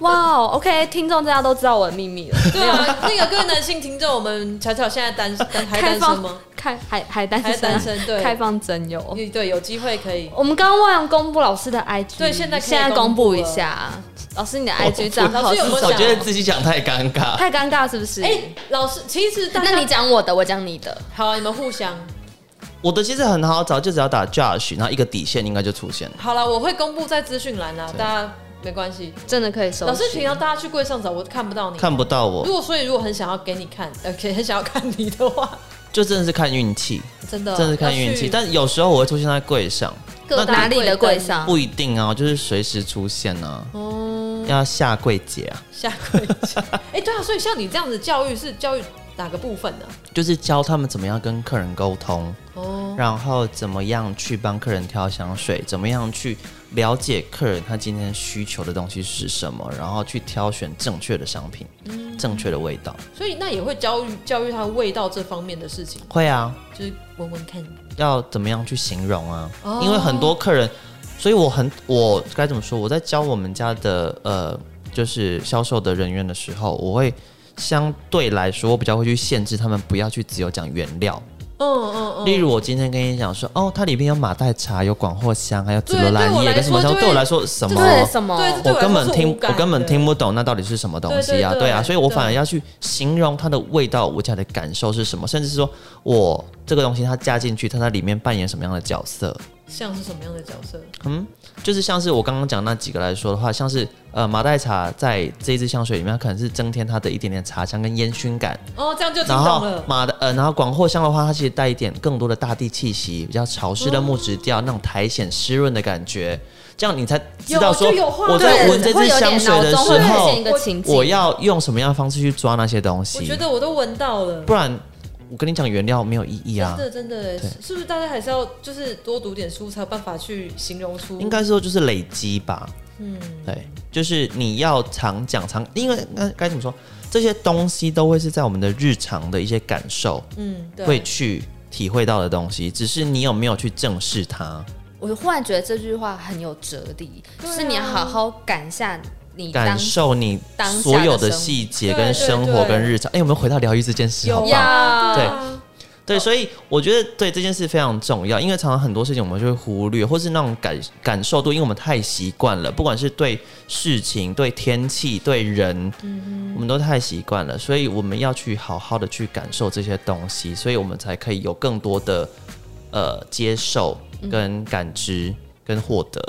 [SPEAKER 2] 哇哦，OK，听众大家都知道我的秘密了，
[SPEAKER 1] 对啊，那个各位男性听众，我们巧巧现在单单 *laughs* 还
[SPEAKER 2] 开
[SPEAKER 1] 单身
[SPEAKER 2] 放
[SPEAKER 1] 吗？
[SPEAKER 2] 开海海单
[SPEAKER 1] 还
[SPEAKER 2] 身，
[SPEAKER 1] 单身对
[SPEAKER 2] 开放真友。
[SPEAKER 1] 你对，有机会可以。
[SPEAKER 2] 我们刚刚忘了公布老师的 IG，
[SPEAKER 1] 对现在可以
[SPEAKER 2] 现在
[SPEAKER 1] 公
[SPEAKER 2] 公
[SPEAKER 1] 布
[SPEAKER 2] 布
[SPEAKER 1] 了
[SPEAKER 2] 一下，老师你的
[SPEAKER 3] 哦
[SPEAKER 2] IG 账
[SPEAKER 1] 老
[SPEAKER 2] 号
[SPEAKER 1] 师有
[SPEAKER 2] 是
[SPEAKER 1] 没有
[SPEAKER 2] 什
[SPEAKER 3] *laughs* 我
[SPEAKER 2] 么
[SPEAKER 1] 讲
[SPEAKER 3] 觉得自己讲太尴尬，
[SPEAKER 2] 太尴尬是不是？
[SPEAKER 1] 哎、老师，其实大家
[SPEAKER 2] 那你讲我的，我讲你的，
[SPEAKER 1] 好、啊，你们互相
[SPEAKER 3] 我的其实很好找，就只要打 Josh，然后一个底线应该就出现了。
[SPEAKER 1] 好了，我会公布在资讯栏啦，大家没关系。
[SPEAKER 2] 真的可以收。
[SPEAKER 1] 老师，平常大家去柜上找，我看不到你。
[SPEAKER 3] 看不到我
[SPEAKER 1] 如，果所以，如果很想要给你看，呃，给很想要看你的话，
[SPEAKER 3] 就真的是看运气，
[SPEAKER 1] 真的
[SPEAKER 3] 真的是看
[SPEAKER 2] 啊
[SPEAKER 3] 运气。但有时候我会出现在柜上，
[SPEAKER 2] 各
[SPEAKER 1] 大
[SPEAKER 2] 哪里的柜上？
[SPEAKER 3] 不一定啊，就是随时出现啊，
[SPEAKER 1] 哦，
[SPEAKER 3] 要下柜姐啊，
[SPEAKER 1] 下跪一 *laughs* 下。哎、对啊，所以像你这样子教育是教育哪个部分呢、
[SPEAKER 3] 就是教他们怎么样跟客人沟通，
[SPEAKER 1] 哦，
[SPEAKER 3] 然后怎么样去帮客人挑香水，怎么样去了解客人他今天需求的东西是什么，然后去挑选正确的商品，正确的味道。
[SPEAKER 1] 所以那也会教育教育他味道这方面的事情，
[SPEAKER 3] 会啊，
[SPEAKER 1] 就是闻闻看。
[SPEAKER 3] 要怎么样去形容啊？
[SPEAKER 1] 哦
[SPEAKER 3] 因为很多客人，所以我很我该怎么说？我在教我们家的呃，就是销售的人员的时候，我会相对来说，我比较会去限制他们不要去只有讲原料。
[SPEAKER 1] 嗯嗯嗯。
[SPEAKER 3] 例如，我今天跟你讲说，哦，它里面有马黛茶，有广藿香，还有紫罗兰
[SPEAKER 1] 对对我
[SPEAKER 3] 叶
[SPEAKER 1] 来
[SPEAKER 3] 跟什么
[SPEAKER 1] 说
[SPEAKER 3] 香，
[SPEAKER 1] 就会
[SPEAKER 3] 对我来说什么？
[SPEAKER 2] 对什么？
[SPEAKER 1] 对
[SPEAKER 3] 我
[SPEAKER 1] 来
[SPEAKER 3] 根
[SPEAKER 1] 说
[SPEAKER 3] 本
[SPEAKER 1] 是无
[SPEAKER 3] 听，
[SPEAKER 1] 感
[SPEAKER 3] 我根本
[SPEAKER 1] 的
[SPEAKER 3] 听不懂那到底是什么东西啊？
[SPEAKER 1] 对对对
[SPEAKER 3] 对啊，所以我
[SPEAKER 1] 对
[SPEAKER 3] 反而要去形容它的味道，我讲的感受是
[SPEAKER 1] 嗯
[SPEAKER 3] 什么，甚至是说我这个东西它加进去，它在里面扮演什么样的角色？
[SPEAKER 1] 像是什么样的角色？
[SPEAKER 3] 就是像是我刚刚讲那几个来说的话，像是呃马黛茶在这一支香水里面，它可能是增添它的一点点茶香跟烟熏感，
[SPEAKER 1] 哦，这样就听
[SPEAKER 3] 然
[SPEAKER 1] 懂
[SPEAKER 3] 后
[SPEAKER 1] 了。
[SPEAKER 3] 马的呃，然后广藿香的话，它其实带一点更多的大地气息，比较潮湿的木质调，那种苔藓湿润的感觉，这样你才知道说
[SPEAKER 1] 有就有画
[SPEAKER 3] 我在
[SPEAKER 1] 面
[SPEAKER 3] 闻这支香水的时
[SPEAKER 2] 会
[SPEAKER 3] 候
[SPEAKER 2] 现一，个情景，
[SPEAKER 3] 我要用什么样的方式去抓那些东
[SPEAKER 1] 我
[SPEAKER 3] 西
[SPEAKER 1] 觉，得我都闻到了。
[SPEAKER 3] 不然我跟你讲原料没有意义啊
[SPEAKER 1] 真。的真的，是是不是大家还是要就是多读点书才有办法去形容出？
[SPEAKER 3] 应该说就是累积吧，嗯，对，就是你要常讲常，因为那该怎么说，这些东西都会是在我们的日常的一些感受
[SPEAKER 1] 嗯，
[SPEAKER 3] 会
[SPEAKER 1] 对，
[SPEAKER 3] 去体会到的东西，只是你有没有去正视它。
[SPEAKER 2] 我忽然觉得这句话很有哲理，
[SPEAKER 1] 对啊
[SPEAKER 2] 就是你要好好感下你当
[SPEAKER 3] 感受你
[SPEAKER 2] 当下的
[SPEAKER 3] 所有的
[SPEAKER 2] 生活
[SPEAKER 3] 细节
[SPEAKER 1] 对对
[SPEAKER 3] 跟生活
[SPEAKER 1] 对
[SPEAKER 3] 跟日常。哎、我们回到疗愈这件事，好
[SPEAKER 1] 有啊
[SPEAKER 2] 呀，
[SPEAKER 3] 不好？对对，所以我觉得对这件事非常重要，因为常常很多事情我们就会忽略，或是那种感感受度，因为我们太习惯了，不管是对事情、对天气、对人，
[SPEAKER 1] 嗯
[SPEAKER 3] 我们都太习惯了，所以我们要去好好的去感受这些东西，所以我们才可以有
[SPEAKER 1] 嗯
[SPEAKER 3] 更多的呃接受跟感知跟获得。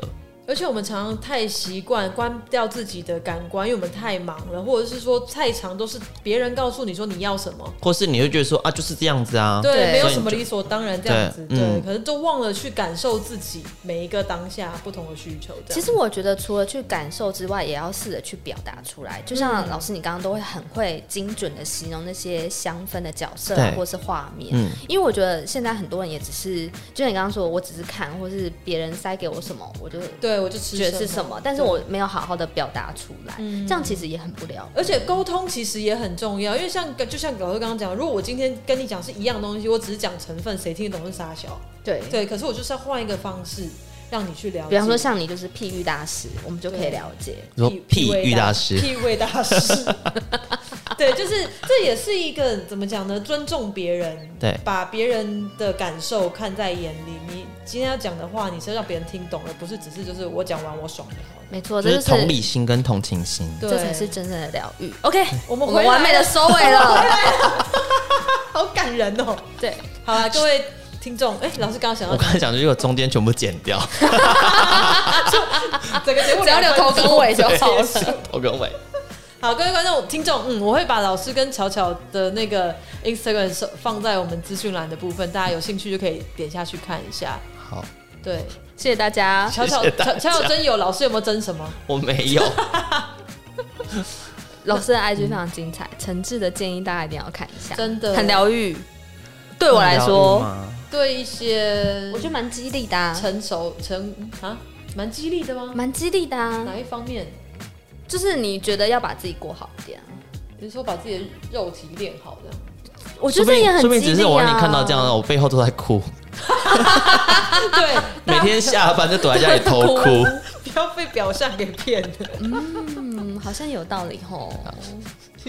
[SPEAKER 1] 而且我们常常太习惯关掉自己的感官，因为我们太忙了，或者是说太长都是别人告诉你说你要什么，
[SPEAKER 3] 或是你会觉得说啊，就是这样子啊，
[SPEAKER 1] 对，
[SPEAKER 2] 对
[SPEAKER 1] 没有什么理所当然这样子，
[SPEAKER 3] 对
[SPEAKER 1] 对，
[SPEAKER 3] 嗯
[SPEAKER 1] 可是都忘了去感受自己每一个当下不同的需求。这样
[SPEAKER 2] 其实我觉得，除了去感受之外，也要试着去表达出来。就像老师，你刚刚都会很会精准的形容那些香氛的角色啊
[SPEAKER 3] 对
[SPEAKER 2] 或是画面，
[SPEAKER 3] 嗯
[SPEAKER 2] 因为我觉得现在很多人也只是，就像你刚刚说，我只是看，或是别人塞给我什么，我就
[SPEAKER 1] 对我就吃
[SPEAKER 2] 觉得是什么，嗯但是
[SPEAKER 1] 对
[SPEAKER 2] 我没有好好的表达出来，这样其实也很不了解。
[SPEAKER 1] 而且沟通其实也很重要，因为像就像老师刚刚讲，如果我今天跟你讲是一样东西，我只是讲成分，谁听得懂是傻小？
[SPEAKER 2] 对，
[SPEAKER 1] 对，可是我就是要换一个方式让你去了解。
[SPEAKER 2] 比方说像你就是譬喻大师，我们就可以
[SPEAKER 1] 对
[SPEAKER 2] 了解。
[SPEAKER 3] 你说屁
[SPEAKER 1] 味
[SPEAKER 3] 遇大师，
[SPEAKER 1] 屁味大师。 *laughs* 对，就是这也是一个怎么讲呢？尊重别人，
[SPEAKER 3] 对
[SPEAKER 1] 把别人的感受看在眼里。你今天要讲的话，你是要让别人听懂，而不是只是就是我讲完我爽就好了。
[SPEAKER 2] 没错，
[SPEAKER 3] 就
[SPEAKER 2] 这
[SPEAKER 3] 是
[SPEAKER 2] 就是
[SPEAKER 3] 同理心跟同情心。
[SPEAKER 1] 对，
[SPEAKER 2] 这才是真正的疗愈。OK，
[SPEAKER 1] 我们
[SPEAKER 2] 我
[SPEAKER 1] 回来
[SPEAKER 2] 们完美的收尾了。
[SPEAKER 1] 好感人哦。
[SPEAKER 2] *laughs* 对，
[SPEAKER 1] 好
[SPEAKER 2] *laughs*
[SPEAKER 1] 了，各位听众，哎、老师刚刚想
[SPEAKER 3] 我
[SPEAKER 1] 到
[SPEAKER 3] 刚才讲，如果中间全部剪掉，
[SPEAKER 1] 整个节目
[SPEAKER 2] *laughs* 只要留
[SPEAKER 1] 两分
[SPEAKER 2] 头
[SPEAKER 1] 钟
[SPEAKER 2] 跟尾就好
[SPEAKER 3] *laughs*
[SPEAKER 1] 结束
[SPEAKER 2] 了。
[SPEAKER 3] 头跟尾。
[SPEAKER 1] *laughs* 好，各位观众、听众，嗯，我会把老师跟巧巧的那个 Instagram 手放在我们资讯栏的部分，大家有兴趣就可以点下去看一下。
[SPEAKER 3] 好，
[SPEAKER 1] 对，
[SPEAKER 2] *laughs* 谢谢大家。
[SPEAKER 1] 巧巧
[SPEAKER 3] 谢谢大
[SPEAKER 1] 巧
[SPEAKER 3] 家
[SPEAKER 1] 巧巧真有，老师有没有真什么？
[SPEAKER 3] 我没 *laughs* 有，
[SPEAKER 2] 老师的 IG 非常精彩，诚挚的建议大家一定要看一下，
[SPEAKER 1] 真的
[SPEAKER 2] 很疗愈。对我来
[SPEAKER 3] 疗愈
[SPEAKER 2] 说，
[SPEAKER 3] 吗
[SPEAKER 1] 对一些
[SPEAKER 2] 我觉得蛮激励的、啊，
[SPEAKER 1] 成熟成啊，蛮激励的吗？
[SPEAKER 2] 蛮激励的、啊。
[SPEAKER 1] 哪一方面？
[SPEAKER 2] 就是你觉得要把自己过好一点啊，
[SPEAKER 1] 你说把自己的肉体练好的，
[SPEAKER 2] 我觉
[SPEAKER 3] 说
[SPEAKER 2] 得
[SPEAKER 3] 不
[SPEAKER 2] 这
[SPEAKER 3] 定
[SPEAKER 2] 也很激
[SPEAKER 3] 说不
[SPEAKER 2] 励啊。
[SPEAKER 3] 定只是我让你看到这样，我背后都在哭，
[SPEAKER 1] *laughs* 对，
[SPEAKER 3] 每天下班就躲在家里偷
[SPEAKER 2] *laughs*
[SPEAKER 3] 哭。
[SPEAKER 1] 不要被表象给骗了。
[SPEAKER 2] 嗯，好像有道理吼。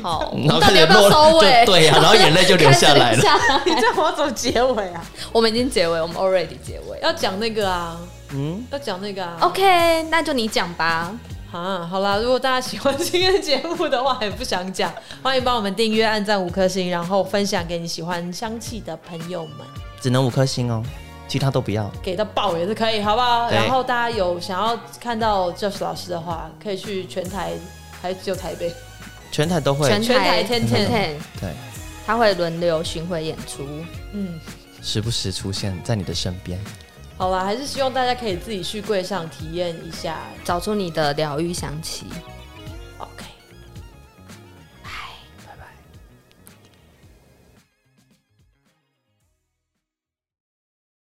[SPEAKER 2] 好，
[SPEAKER 3] *laughs* 然后
[SPEAKER 2] 到
[SPEAKER 3] 开
[SPEAKER 2] 底
[SPEAKER 3] 始
[SPEAKER 2] 要不要
[SPEAKER 3] 落
[SPEAKER 2] 收尾？
[SPEAKER 3] 就对呀、然后眼泪就流下来
[SPEAKER 2] *laughs* 开始
[SPEAKER 3] 了。
[SPEAKER 2] 下
[SPEAKER 1] *laughs* 你这样我要怎么结尾啊？
[SPEAKER 2] 我们已经结尾，我们 already 结尾。
[SPEAKER 1] 要讲那个啊，
[SPEAKER 3] 嗯，
[SPEAKER 1] 要讲那个啊。
[SPEAKER 2] OK，那就你讲吧。
[SPEAKER 1] 啊，好啦，如果大家喜欢今天的节目的话，也不想讲，欢迎帮我们订阅、按赞五颗星，然后分享给你喜欢香气的朋友们，
[SPEAKER 3] 只能五颗星哦，其他都不要。
[SPEAKER 1] 给到爆也是可以，好不好？
[SPEAKER 3] 对
[SPEAKER 1] 然后大家有想要看到 Josh 老师的话，可以去全台，还只有台北，
[SPEAKER 3] 全台都会，
[SPEAKER 2] 全台
[SPEAKER 1] 全台天
[SPEAKER 3] 天
[SPEAKER 2] 天，
[SPEAKER 3] 对，
[SPEAKER 2] 他会轮流巡回演出。
[SPEAKER 1] 嗯。
[SPEAKER 3] 时不时出现在你的身边。
[SPEAKER 1] 好啦，还是希望大家可以自己去柜上体验一下。
[SPEAKER 2] 找出你的疗愈香气。